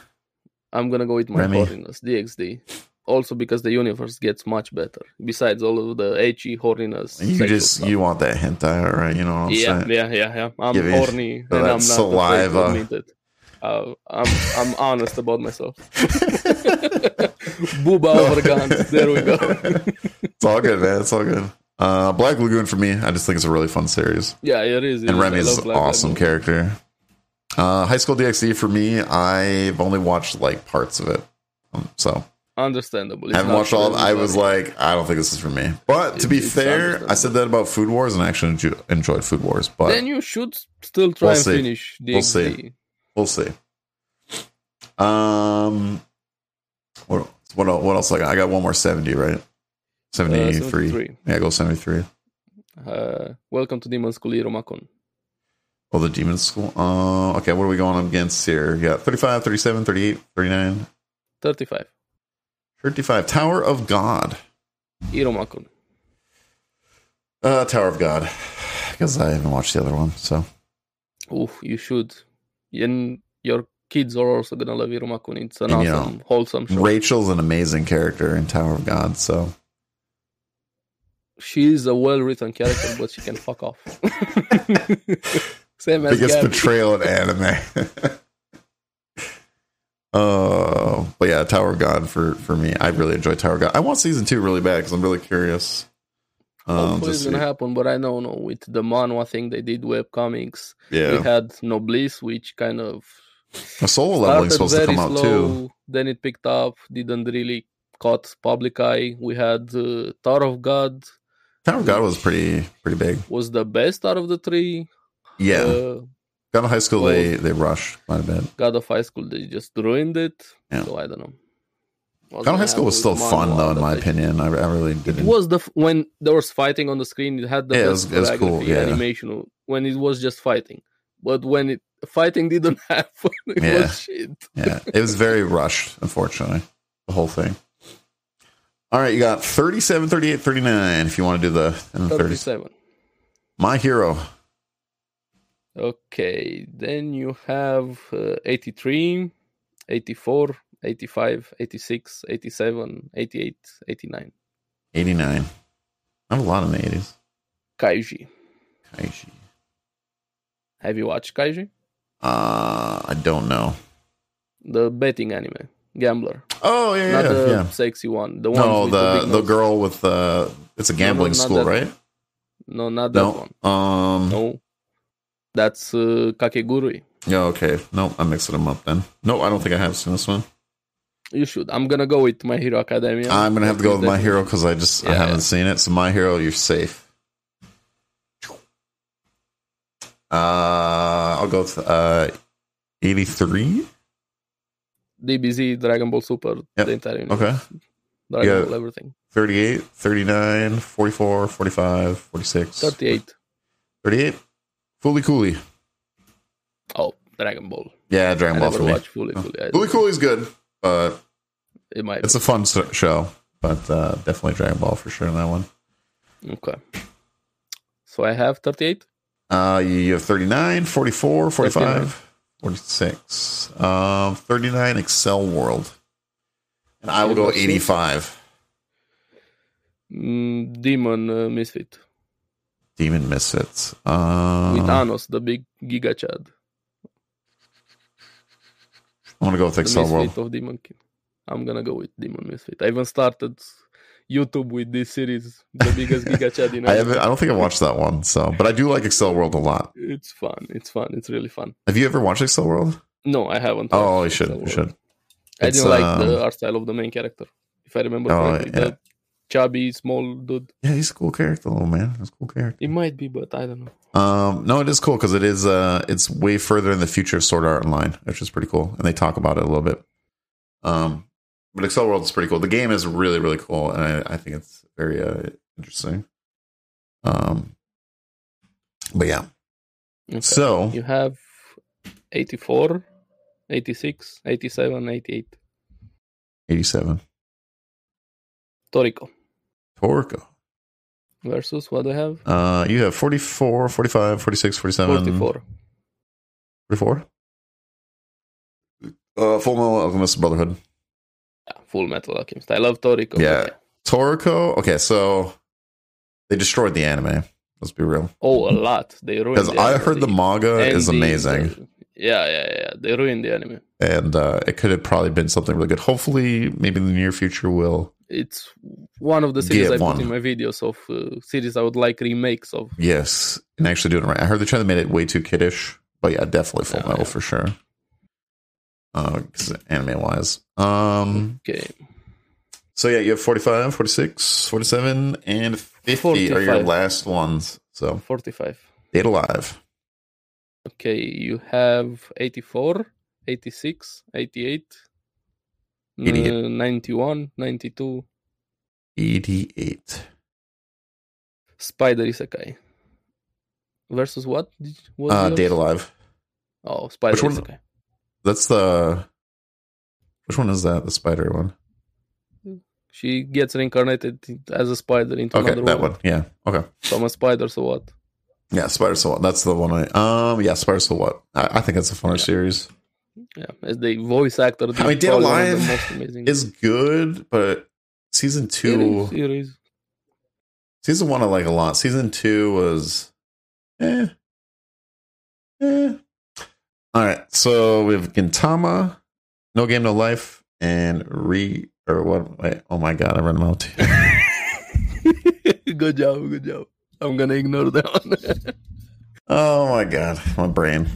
S2: I'm gonna go with my
S1: Remy?
S2: horniness, DXD. Also because the universe gets much better. Besides all of the HE horniness.
S1: You
S2: sexual
S1: just
S2: stuff.
S1: you want that hentai, all right? You know what I'm
S2: yeah,
S1: saying?
S2: yeah, yeah, yeah. I'm
S1: Give me
S2: horny and
S1: that
S2: I'm not afraid
S1: saliva.
S2: to admit it. Uh, I'm I'm honest about myself. Booba over guns. There we go.
S1: it's all good, man. It's all good. Uh, Black Lagoon for me, I just think it's a really fun series,
S2: yeah, it is. it
S1: and
S2: is. I
S1: Remy's
S2: love
S1: an
S2: Black
S1: awesome
S2: Lagoon.
S1: character. Uh, High School DxD for me, I've only watched like parts of it, um, so
S2: Understandable.
S1: I haven't watched all. I was
S2: like.
S1: like, I don't think this is for me. But to
S2: It-
S1: be
S2: it's
S1: fair, I said that about Food Wars, and I actually enjo- enjoyed Food Wars, but
S2: then you should still try
S1: We'll
S2: and
S1: see.
S2: finish DxD.
S1: We'll see. Um, what what el- what else? I got? I got one more seventy, right?
S2: Uh,
S1: Seventy three.
S2: 73.
S1: yeah, go seventy three.
S2: Uh, welcome to Demon School, Hiro Makon.
S1: Oh, the demon school. Uh, okay, what are we going against here? Yeah, 35, 37, 38, 39,
S2: 35.
S1: 35. Tower of God.
S2: Hiro Makon.
S1: Uh, Tower of God. Because I haven't watched the other one, so
S2: Oof, you should. And your kids are also gonna love Hiro Makon. It's an
S1: And, you
S2: awesome, wholesome show.
S1: Rachel's an amazing character in Tower of God. So
S2: She is a well-written character, but she can fuck off. Same as
S1: biggest
S2: Gabby.
S1: betrayal in anime. uh, but yeah, Tower of God for for me. I really enjoy Tower of God. I want season two really bad because I'm really curious. Um,
S2: Hopefully
S1: to
S2: it's
S1: see.
S2: gonna happen, but I don't know. With the manhwa thing they did, web comics, we
S1: yeah,
S2: had Noblesse, which kind of
S1: a solo leveling
S2: started
S1: supposed to
S2: very
S1: come out too.
S2: slow. Then it picked up, didn't really caught public eye. We had uh, Tower of God
S1: Tower of God was pretty pretty big.
S2: was the best out of the three.
S1: Yeah,
S2: Uh,
S1: got to high school they they rushed quite a bit.
S2: God of High School, they just ruined it.
S1: Yeah.
S2: So I don't know. What's
S1: God of
S2: gonna
S1: High School was still
S2: happen with
S1: fun
S2: manhwa
S1: though, in my
S2: adaptation?
S1: opinion. I, I really
S2: It
S1: didn't.
S2: was the f- when there was fighting on the screen. It had the
S1: Yeah, it
S2: best
S1: was- it was
S2: choreography,
S1: cool, yeah.
S2: animation. When it was just fighting, but when it fighting didn't happen, it
S1: Yeah.
S2: was shit.
S1: yeah, it was very rushed, unfortunately, the whole thing. All right, you got 37, 38, 39 if you want to do the, and the 30s.
S2: Thirty-seven.
S1: My Hero.
S2: Okay, then you have uh, 83, 84, 85, 86, 87, 88, 89.
S1: 89. I have a lot in the 80s.
S2: Kaiji.
S1: Kaishi.
S2: Have you watched Kaiji?
S1: Uh, I don't know.
S2: The betting anime, gambler,
S1: Oh, yeah,
S2: not
S1: yeah,
S2: the
S1: yeah.
S2: sexy one. The one
S1: No,
S2: with the,
S1: the,
S2: big
S1: the
S2: nose.
S1: girl with the, it's a gambling
S2: not
S1: school,
S2: that
S1: right?
S2: No, not that
S1: No.
S2: one.
S1: Um,
S2: No, that's uh, Kakegurui.
S1: yeah, okay. No, I'm mixing them up then. No, I don't think I have seen this one.
S2: You should. I'm gonna go with My Hero Academia.
S1: I'm going to have to go with My
S2: Definitely.
S1: Hero because I just, I
S2: Yeah,
S1: haven't
S2: yeah.
S1: seen it. So My Hero, you're safe. Uh, I'll go with, uh, 83.
S2: DBZ, Dragon Ball Super,
S1: Yep.
S2: the entire universe,
S1: Okay.
S2: Dragon
S1: Yeah.
S2: Ball, everything.
S1: 38, 39, 44, 45, 46,
S2: 38.
S1: 38. Fully Cooley.
S2: Oh, Dragon Ball.
S1: Yeah,
S2: I
S1: Dragon Ball for
S2: never
S1: me.
S2: watched Fully
S1: Oh.
S2: Fully. I
S1: Fully
S2: don't-
S1: Cooley's good, but
S2: It might.
S1: it's a fun s- show. But uh, definitely Dragon Ball for sure in that one.
S2: be. Okay. So I have 38.
S1: Uh, you you have 39, 44, 45, 46. Um, 39 Excel World. And I will go 85.
S2: Mm, Demon uh, Misfit
S1: Demon Misfits. Uh,
S2: with
S1: I'm
S2: Thanos, the big Giga Chad,
S1: going to go with
S2: the
S1: Excel
S2: Misfit
S1: World.
S2: of Demon King. I'm gonna go with Demon Misfit. I even started YouTube with this series, the biggest Giga Chad in
S1: I
S2: anime.
S1: haven't. I don't think I watched that one. So, but I do like Excel World a lot.
S2: It's fun. It's fun. It's really fun.
S1: Have you ever watched Excel World?
S2: No, I haven't.
S1: Oh,
S2: watched
S1: you should.
S2: Excel
S1: You
S2: World.
S1: should.
S2: I
S1: It's,
S2: didn't like
S1: um,
S2: the art style of the main character, if I remember
S1: Oh,
S2: correctly.
S1: yeah.
S2: The chubby, small dude.
S1: Yeah, he's a cool character, little man. He's a cool character.
S2: It might be, but I don't know.
S1: Um, no, it is cool because it is. Uh, it's way further in the future of Sword Art Online, which is pretty cool, and they talk about it a little bit. Um, but Excel World is pretty cool. The game is really, really cool, and I, I think it's very uh, interesting. Um, but yeah,
S2: Okay.
S1: so
S2: You have 84, 86, 87, 88.
S1: eighty-seven
S2: Toriko
S1: Toriko.
S2: versus what do I have?
S1: Uh, you have 44, 45, 46, 47,
S2: 44.
S1: 44. Uh, Full Metal Alchemist Brotherhood.
S2: Yeah, full metal alchemist. I love Toriko. but
S1: Yeah. Toriko. Okay, so they destroyed the anime. Let's be real,
S2: Oh, a lot. They ruined
S1: because
S2: the
S1: I
S2: anime.
S1: heard the manga is
S2: ending,
S1: amazing,
S2: the- yeah, yeah, yeah. They ruined the anime.
S1: and uh, it could have probably been something really good. Hopefully, maybe in the near future, will
S2: It's one of the series
S1: Get
S2: I put
S1: one.
S2: in my videos of uh, series I would like remakes of.
S1: yes, and actually doing it right. I heard they tried to make it way too kiddish, but yeah, definitely Full
S2: Yeah,
S1: Metal
S2: yeah.
S1: for sure. Because anime wise, um,
S2: Okay.
S1: so yeah, you have 45, 46, 47, and 50 are your
S2: 45.
S1: last ones. So
S2: 45.
S1: Data Live.
S2: Okay, you have 84, 86, 88, uh,
S1: Idiot.
S2: 91, 92,
S1: 88.
S2: Spider Isekai. Versus what? did- was
S1: Uh,
S2: yours?
S1: Data Live.
S2: Oh, Spider
S1: Which one?
S2: Isekai.
S1: That's the. Which one is that? The spider one?
S2: She gets reincarnated as a spider into
S1: Okay,
S2: another
S1: that
S2: world.
S1: one. Yeah. Okay.
S2: So I'm a spider, so what?
S1: Yeah, Spider So What. That's the one I. Um. Yeah, Spider So What. I, I think that's a funner
S2: Yeah.
S1: series.
S2: Yeah, as the voice actor. did
S1: I mean, Dead
S2: probably one of the
S1: Alive
S2: most amazing
S1: Is good, but season two.
S2: series- series.
S1: Season one I like a lot. Season two was eh. Eh. Alright, so we have Gintama, No Game No Life, and Re or what wait, oh my god, I ran them out.
S2: good job, good job. I'm gonna ignore that one.
S1: oh my god, my brain.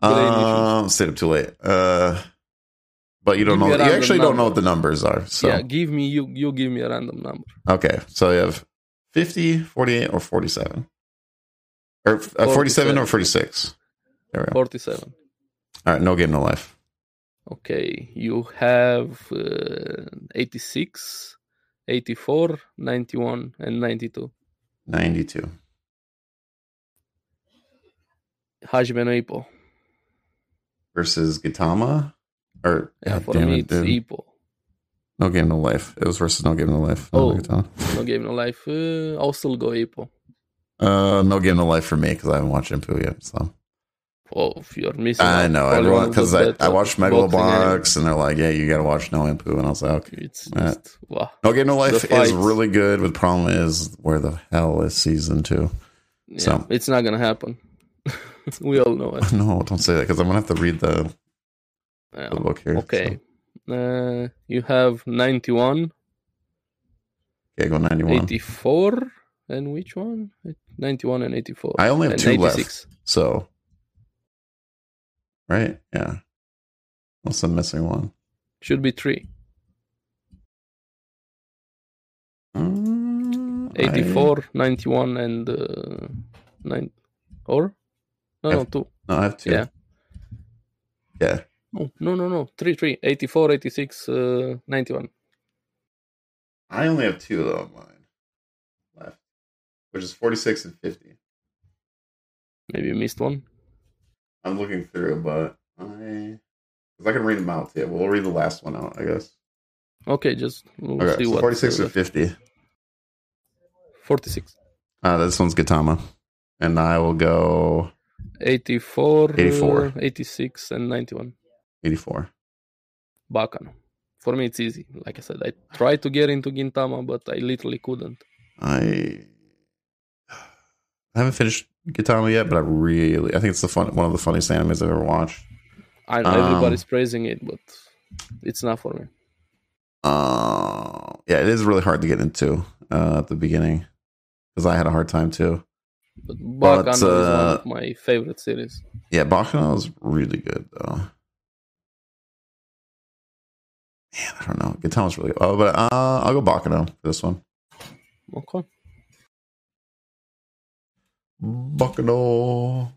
S2: Brain
S1: Um stayed up too late. Uh but you don't know
S2: Give me a
S1: you
S2: random
S1: actually don't know
S2: number.
S1: what the numbers are. So
S2: Yeah, give me you you give me a random number.
S1: okay. So you have 50, 48, or 47. Or uh, 47, or
S2: 47.
S1: 46. There we go.
S2: Forty-seven.
S1: All right, no game, no life.
S2: Okay, you have uh, 86, 84, 91, and 92.
S1: 92.
S2: Hajime no Ippo.
S1: Versus Gitama? Or,
S2: Yeah,
S1: God
S2: for
S1: damn
S2: me,
S1: it,
S2: it's
S1: dude.
S2: Ippo.
S1: No game, no life. It was versus no game, no life. No,
S2: Oh.
S1: Gintama.
S2: No game, no life. Uh, I'll still go Ippo.
S1: Uh, no game, no life for me because I haven't watched Impu yet. So
S2: Oh, if you're missing.
S1: I
S2: out.
S1: know
S2: Probably one
S1: everyone
S2: of the
S1: because I,
S2: best
S1: I watched
S2: boxing anime.
S1: Megalobox and they're like, yeah, you got to watch No Impu. And I was like, okay.
S2: It's
S1: Yeah.
S2: just, wow.
S1: No game, no life is
S2: fights.
S1: really good. But the problem is, where the hell is season two?
S2: Yeah,
S1: So-
S2: It's not going to happen. we all know it.
S1: no, don't say that because I'm gonna have to read the,
S2: Yeah.
S1: the book here.
S2: Okay. Uh, you have 91,
S1: So, okay, go 91.
S2: 84, and which one? 91 and 84.
S1: I only have
S2: and
S1: two left.
S2: 86.
S1: So, right? Yeah. Unless I'm missing one.
S2: Should be three.
S1: Mm, I-
S2: 84, 91, and uh, 9. Or? No, no,
S1: I've-
S2: 2.
S1: no, I have two.
S2: Yeah.
S1: Yeah.
S2: No, no, no, no. 3, 3. 84, 86, uh, 91.
S1: I only have two though on mine left, which is 46 and 50.
S2: Maybe you missed one.
S1: I'm looking through, but I. Because I can read them out to you. We'll read the last one out, I guess.
S2: Okay, just we'll
S1: Okay.
S2: see
S1: So
S2: what.
S1: 46
S2: uh,
S1: and 50.
S2: 46.
S1: Uh, this one's Gitama. And I will go
S2: 84,
S1: 84.
S2: uh, 86, and 91.
S1: 84.
S2: Bacano. For me, it's easy. Like I said, I tried to get into Gintama, but I literally couldn't.
S1: I I haven't finished Gitama yet, but I really I think it's the fun one of the funniest animes I've ever watched.
S2: I know
S1: Um.
S2: everybody's praising it, but it's not for me.
S1: Uh, yeah, it is really hard to get into uh, at the beginning because I had a hard time too.
S2: But
S1: But,
S2: Bacano is one
S1: uh,
S2: of my favorite series.
S1: Yeah, Bacchanal is really good though. Man, I don't know. Gitama's really oh, but uh, I'll go Bacchanal for this one.
S2: Okay.
S1: Bacchanal.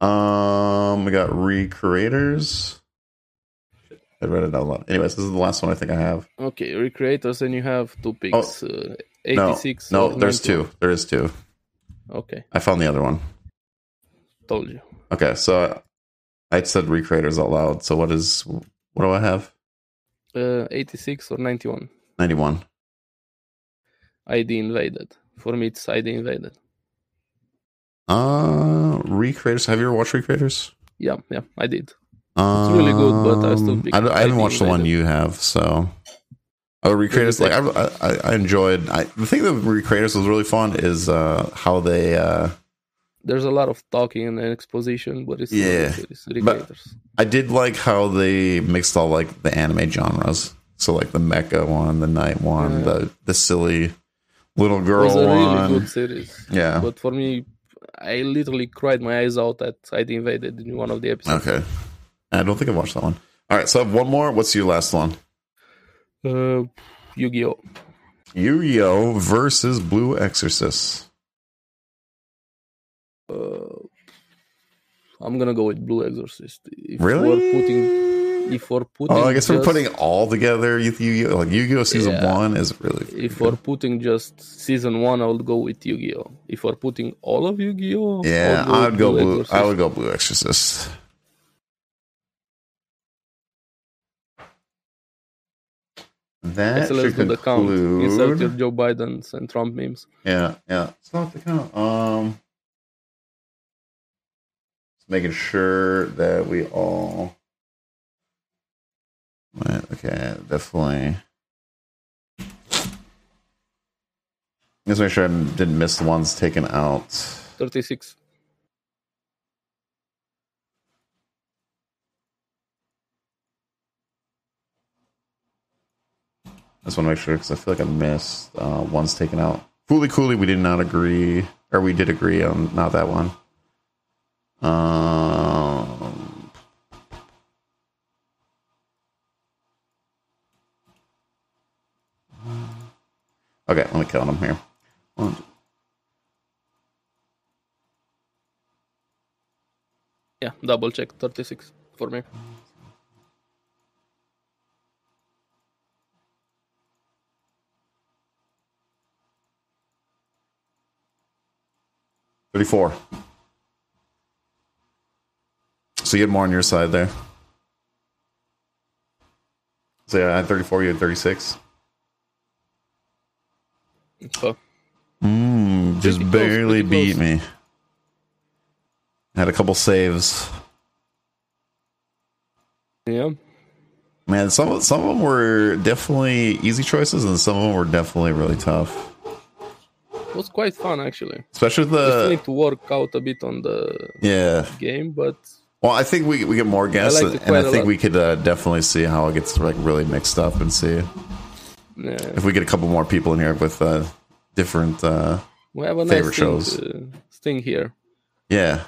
S1: Um, we got recreators. I read it out loud. Anyways, this is the last one I think I have.
S2: Okay, Recreators, and you have two picks. uh,
S1: Oh, No,
S2: 86.
S1: No,
S2: or
S1: there's
S2: 91.
S1: two. There is two.
S2: Okay,
S1: I found the other one.
S2: told you.
S1: Okay, so I said recreators out loud. So what is what do I have?
S2: Uh, 86 or 91.
S1: Ninety one.
S2: ID Invaded. For me, it's ID Invaded.
S1: Uh, recreators. Have you ever watched recreators?
S2: Yeah, yeah, I did.
S1: It's
S2: really good, but I still
S1: Um,
S2: pick
S1: I, don't- I haven't
S2: Lightning
S1: watched the one
S2: Raiden.
S1: you have, so. Oh, Recreators! Like I, I, I enjoyed. I, the thing that Recreators was really fun is uh, how they. Uh,
S2: There's a lot of talking and exposition, but it's
S1: Yeah,
S2: it's Recreators.
S1: I did like how they mixed all like the anime genres. So like the mecha one, the night one,
S2: Yeah.
S1: the the silly little
S2: It
S1: girl
S2: was a
S1: one.
S2: really good series.
S1: yeah.
S2: But for me, I literally cried my eyes out at I'd invaded in one of the episodes.
S1: Okay. I don't think I watched that one. All right, so I have one more. What's your last one? Ah.
S2: Uh, Yu-Gi-Oh!
S1: Yu-Gi-Oh versus Blue Exorcist.
S2: Uh, I'm gonna go with Blue Exorcist. If
S1: Really?
S2: We're putting if we're putting.
S1: oh, I guess we're
S2: just-
S1: putting all together. Yu Yu Yu like Yu Gi Oh season
S2: Yeah.
S1: one is really good.
S2: If we're putting just season one, I would go with Yu-Gi-Oh. If we're putting all of Yu-Gi-Oh,
S1: yeah,
S2: I'll
S1: I would go
S2: Blue
S1: blue. I
S2: Exorcist.
S1: would go blue exorcist. That
S2: So let's
S1: should
S2: do the count. Insert your
S1: conclude.
S2: Joe Biden's and Trump memes.
S1: Yeah, yeah. Stop the count. Um, just making sure that we all. Right, okay, definitely. Let's make sure I didn't miss the ones taken out.
S2: 36.
S1: I just want to make sure because I feel like I missed uh, one's taken out. Fooly Cooley, we did not agree, or we did agree on not that one. Um, okay, let me count them here. One, two-
S2: Yeah, double check 36 for me.
S1: Thirty-four. So you had more on your side there. So yeah, I had thirty-four. You had thirty-six.
S2: So,
S1: Mm, just
S2: Pretty close,
S1: barely
S2: pretty
S1: beat me. Had a couple saves.
S2: yeah.
S1: Man, some of- some of them were definitely easy choices, and some of them were definitely really tough.
S2: It was quite fun actually.
S1: Especially
S2: Just
S1: the
S2: need to work out a bit on the
S1: yeah.
S2: game, but
S1: Well, I think we we get more guests,
S2: liked it
S1: and I
S2: quite a
S1: think
S2: lot.
S1: we could uh, definitely see how it gets like really mixed up, and see
S2: yeah,
S1: if we get a couple more people in here with uh, different. Uh,
S2: we have a
S1: Favorite
S2: nice thing,
S1: shows.
S2: uh, thing here.
S1: yeah,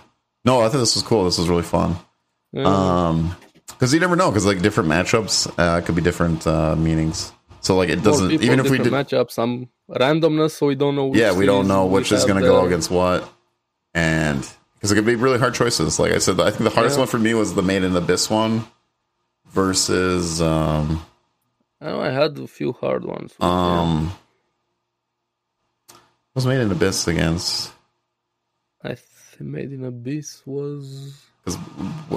S1: no, I think this was cool. This was really fun.
S2: Uh,
S1: Um, because you never know, because like different matchups uh, could be different uh, meanings. So like it
S2: more
S1: doesn't
S2: people,
S1: even if we
S2: different
S1: did
S2: matchups, some randomness, so we don't know. Which
S1: yeah, we don't
S2: series
S1: know
S2: we
S1: which is
S2: have
S1: going to go
S2: there.
S1: against what, and because it could be really hard choices. Like I said, I think the hardest
S2: Yeah.
S1: one for me was the Maiden and Abyss one versus um
S2: I know Oh, I had a few hard ones. but, yeah.
S1: um. what Was Maiden and Abyss against
S2: I th- made in abyss was
S1: because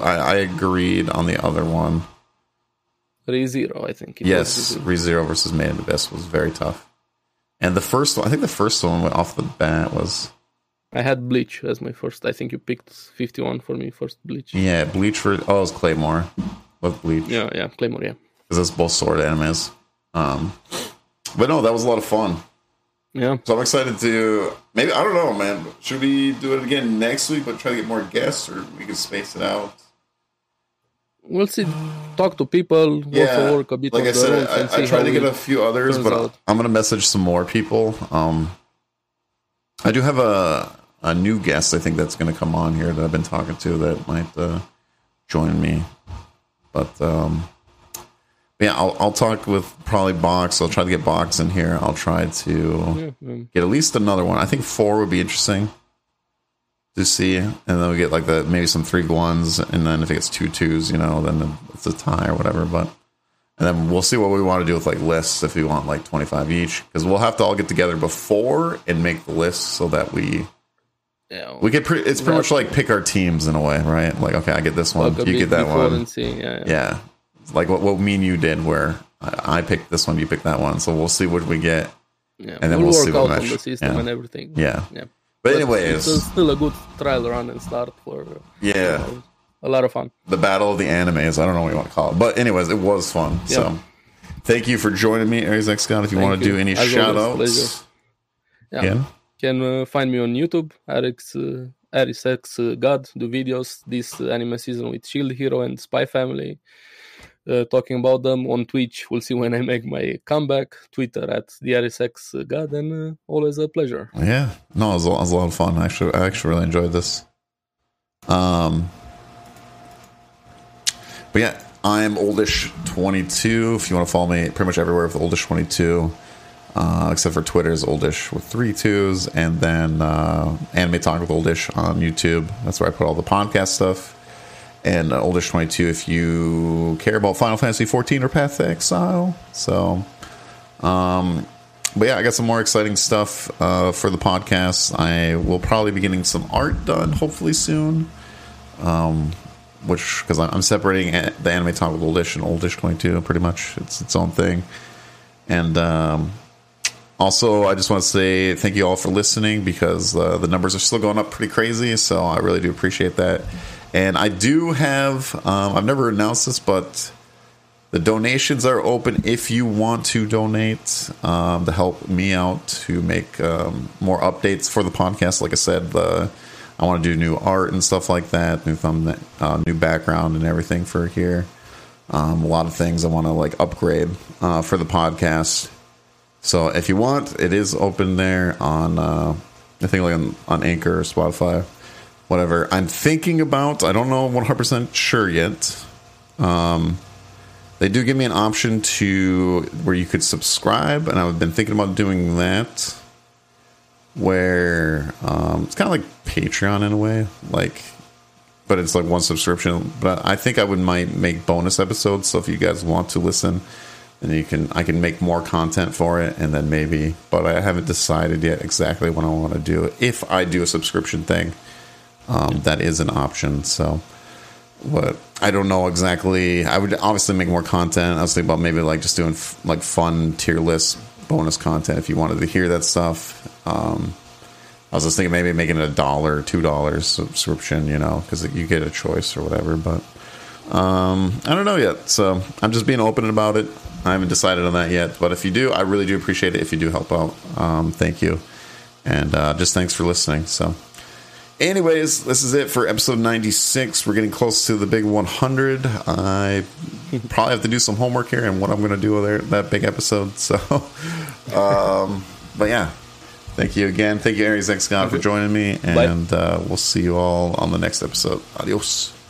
S1: I, I agreed on the other one.
S2: re zero, I think. It was
S1: Yes,
S2: Re-Zero.
S1: ReZero versus Maiden and Abyss was very tough, and the first one I think the first one went off the bat was
S2: I had bleach as my first. I think you picked fifty one for me first bleach.
S1: yeah Bleach for oh it was Claymore with Bleach
S2: Yeah, yeah, Claymore, yeah.
S1: because it's both sword animes. Um, but no, that was a lot of fun.
S2: Yeah.
S1: So I'm excited to maybe I don't know, man. Should we do it again next week, but try to get more guests, or we can space it out?
S2: We'll see. Talk to people, work for work a bit
S1: like
S2: on
S1: I
S2: the
S1: said,
S2: rules and
S1: I, I
S2: see
S1: tried
S2: how
S1: to get
S2: we-
S1: a few others,
S2: turns
S1: but
S2: out.
S1: I'm gonna message some more people. Um, I do have a a new guest I think that's gonna come on here that I've been talking to that might uh, join me, but um. Yeah, I'll, I'll talk with probably Box. I'll try to get Box in here. I'll try to
S2: Yeah, yeah.
S1: get at least another one. I think four would be interesting to see, and then we get like the maybe some three ones, and then if it gets two twos, you know, then it's a tie or whatever. But and then we'll see what we want to do with like lists if we want like twenty five each, because we'll have to all get together before and make the list so that we
S2: Yeah,
S1: we could. Pre- it's pretty much like pick our teams in a way, right? Like okay, I get this one,
S2: talk a
S1: you get
S2: bit
S1: that
S2: before
S1: one,
S2: and see, yeah, yeah.
S1: yeah. Like what what me and you did, where I, I picked this one, you picked that one, so we'll see what we get.
S2: yeah.
S1: and then
S2: we'll,
S1: we'll
S2: work
S1: see what
S2: out on
S1: match-
S2: the system
S1: yeah.
S2: and everything.
S1: Yeah,
S2: yeah.
S1: but
S2: it's uh,
S1: anyways,
S2: still a good trial run and start for uh,
S1: yeah.
S2: a lot of fun.
S1: the battle of the animes. I don't know what you want to call it, but anyways, it was fun. So, thank you for joining me, Aries X God. If you
S2: Thank
S1: want to do
S2: you.
S1: any
S2: As
S1: shout
S2: always,
S1: outs,
S2: Yeah,
S1: again,
S2: can uh, find me on YouTube, Eric's uh, Eric's X uh, God. Do videos this uh, anime season with Shield Hero and Spy Family. Uh, talking about them on Twitch. We'll see when I make my comeback. Twitter at the RSX uh, God, and uh, always a pleasure.
S1: yeah, no, it was, a- it was a lot of fun. I actually, I actually really enjoyed this. Um, but yeah, I'm oldish 22. If you want to follow me, pretty much everywhere with oldish 22. uh, except for Twitter's oldish with three twos, and then uh, Anime Talk with oldish on YouTube. That's where I put all the podcast stuff. And uh, oldish twenty two, if you care about Final Fantasy fourteen or Path to Exile. So, um, but yeah, I got some more exciting stuff uh, for the podcast. I will probably be getting some art done hopefully soon. Um, which because I'm separating a- the anime talk with oldish and oldish 22 pretty much it's its own thing and um, also I just want to say thank you all for listening because uh, the numbers are still going up pretty crazy so I really do appreciate that and I do have um, I've never announced this but the donations are open if you want to donate um, to help me out to make um, more updates for the podcast. Like I said, the, I want to do new art and stuff like that, new thumbnail, uh, new background, and everything for here. Um, a lot of things I want to like upgrade uh, for the podcast. So if you want, it is open there on uh, I think like on, on Anchor or Spotify, whatever. I'm thinking about. I don't know 100 percent sure yet. Um, they do give me an option to where you could subscribe, and I've been thinking about doing that. Where um, it's kind of like Patreon in a way, like, but it's like one subscription. But I think I would might make bonus episodes. So if you guys want to listen, then you can I can make more content for it, and then maybe. But I haven't decided yet exactly when I want to do it. If I do a subscription thing, um, that is an option. So what I don't know exactly. I would obviously make more content. I was thinking about maybe like just doing f- like fun tier list bonus content if you wanted to hear that stuff. Um, I was just thinking maybe making it a dollar, two dollars subscription, you know, because you get a choice or whatever. But um, I don't know yet. So I'm just being open about it. I haven't decided on that yet. But if you do, I really do appreciate it if you do help out. Um, thank you. And uh, just thanks for listening. So. Anyways, this is it for episode 96. We're getting close to the big 100. I probably have to do some homework here and what I'm going to do with there- that big episode. So, um, but yeah, thank you again. Thank you, Aries X God, for joining me.
S2: Bye.
S1: And uh, we'll see you all on the next episode. Adios.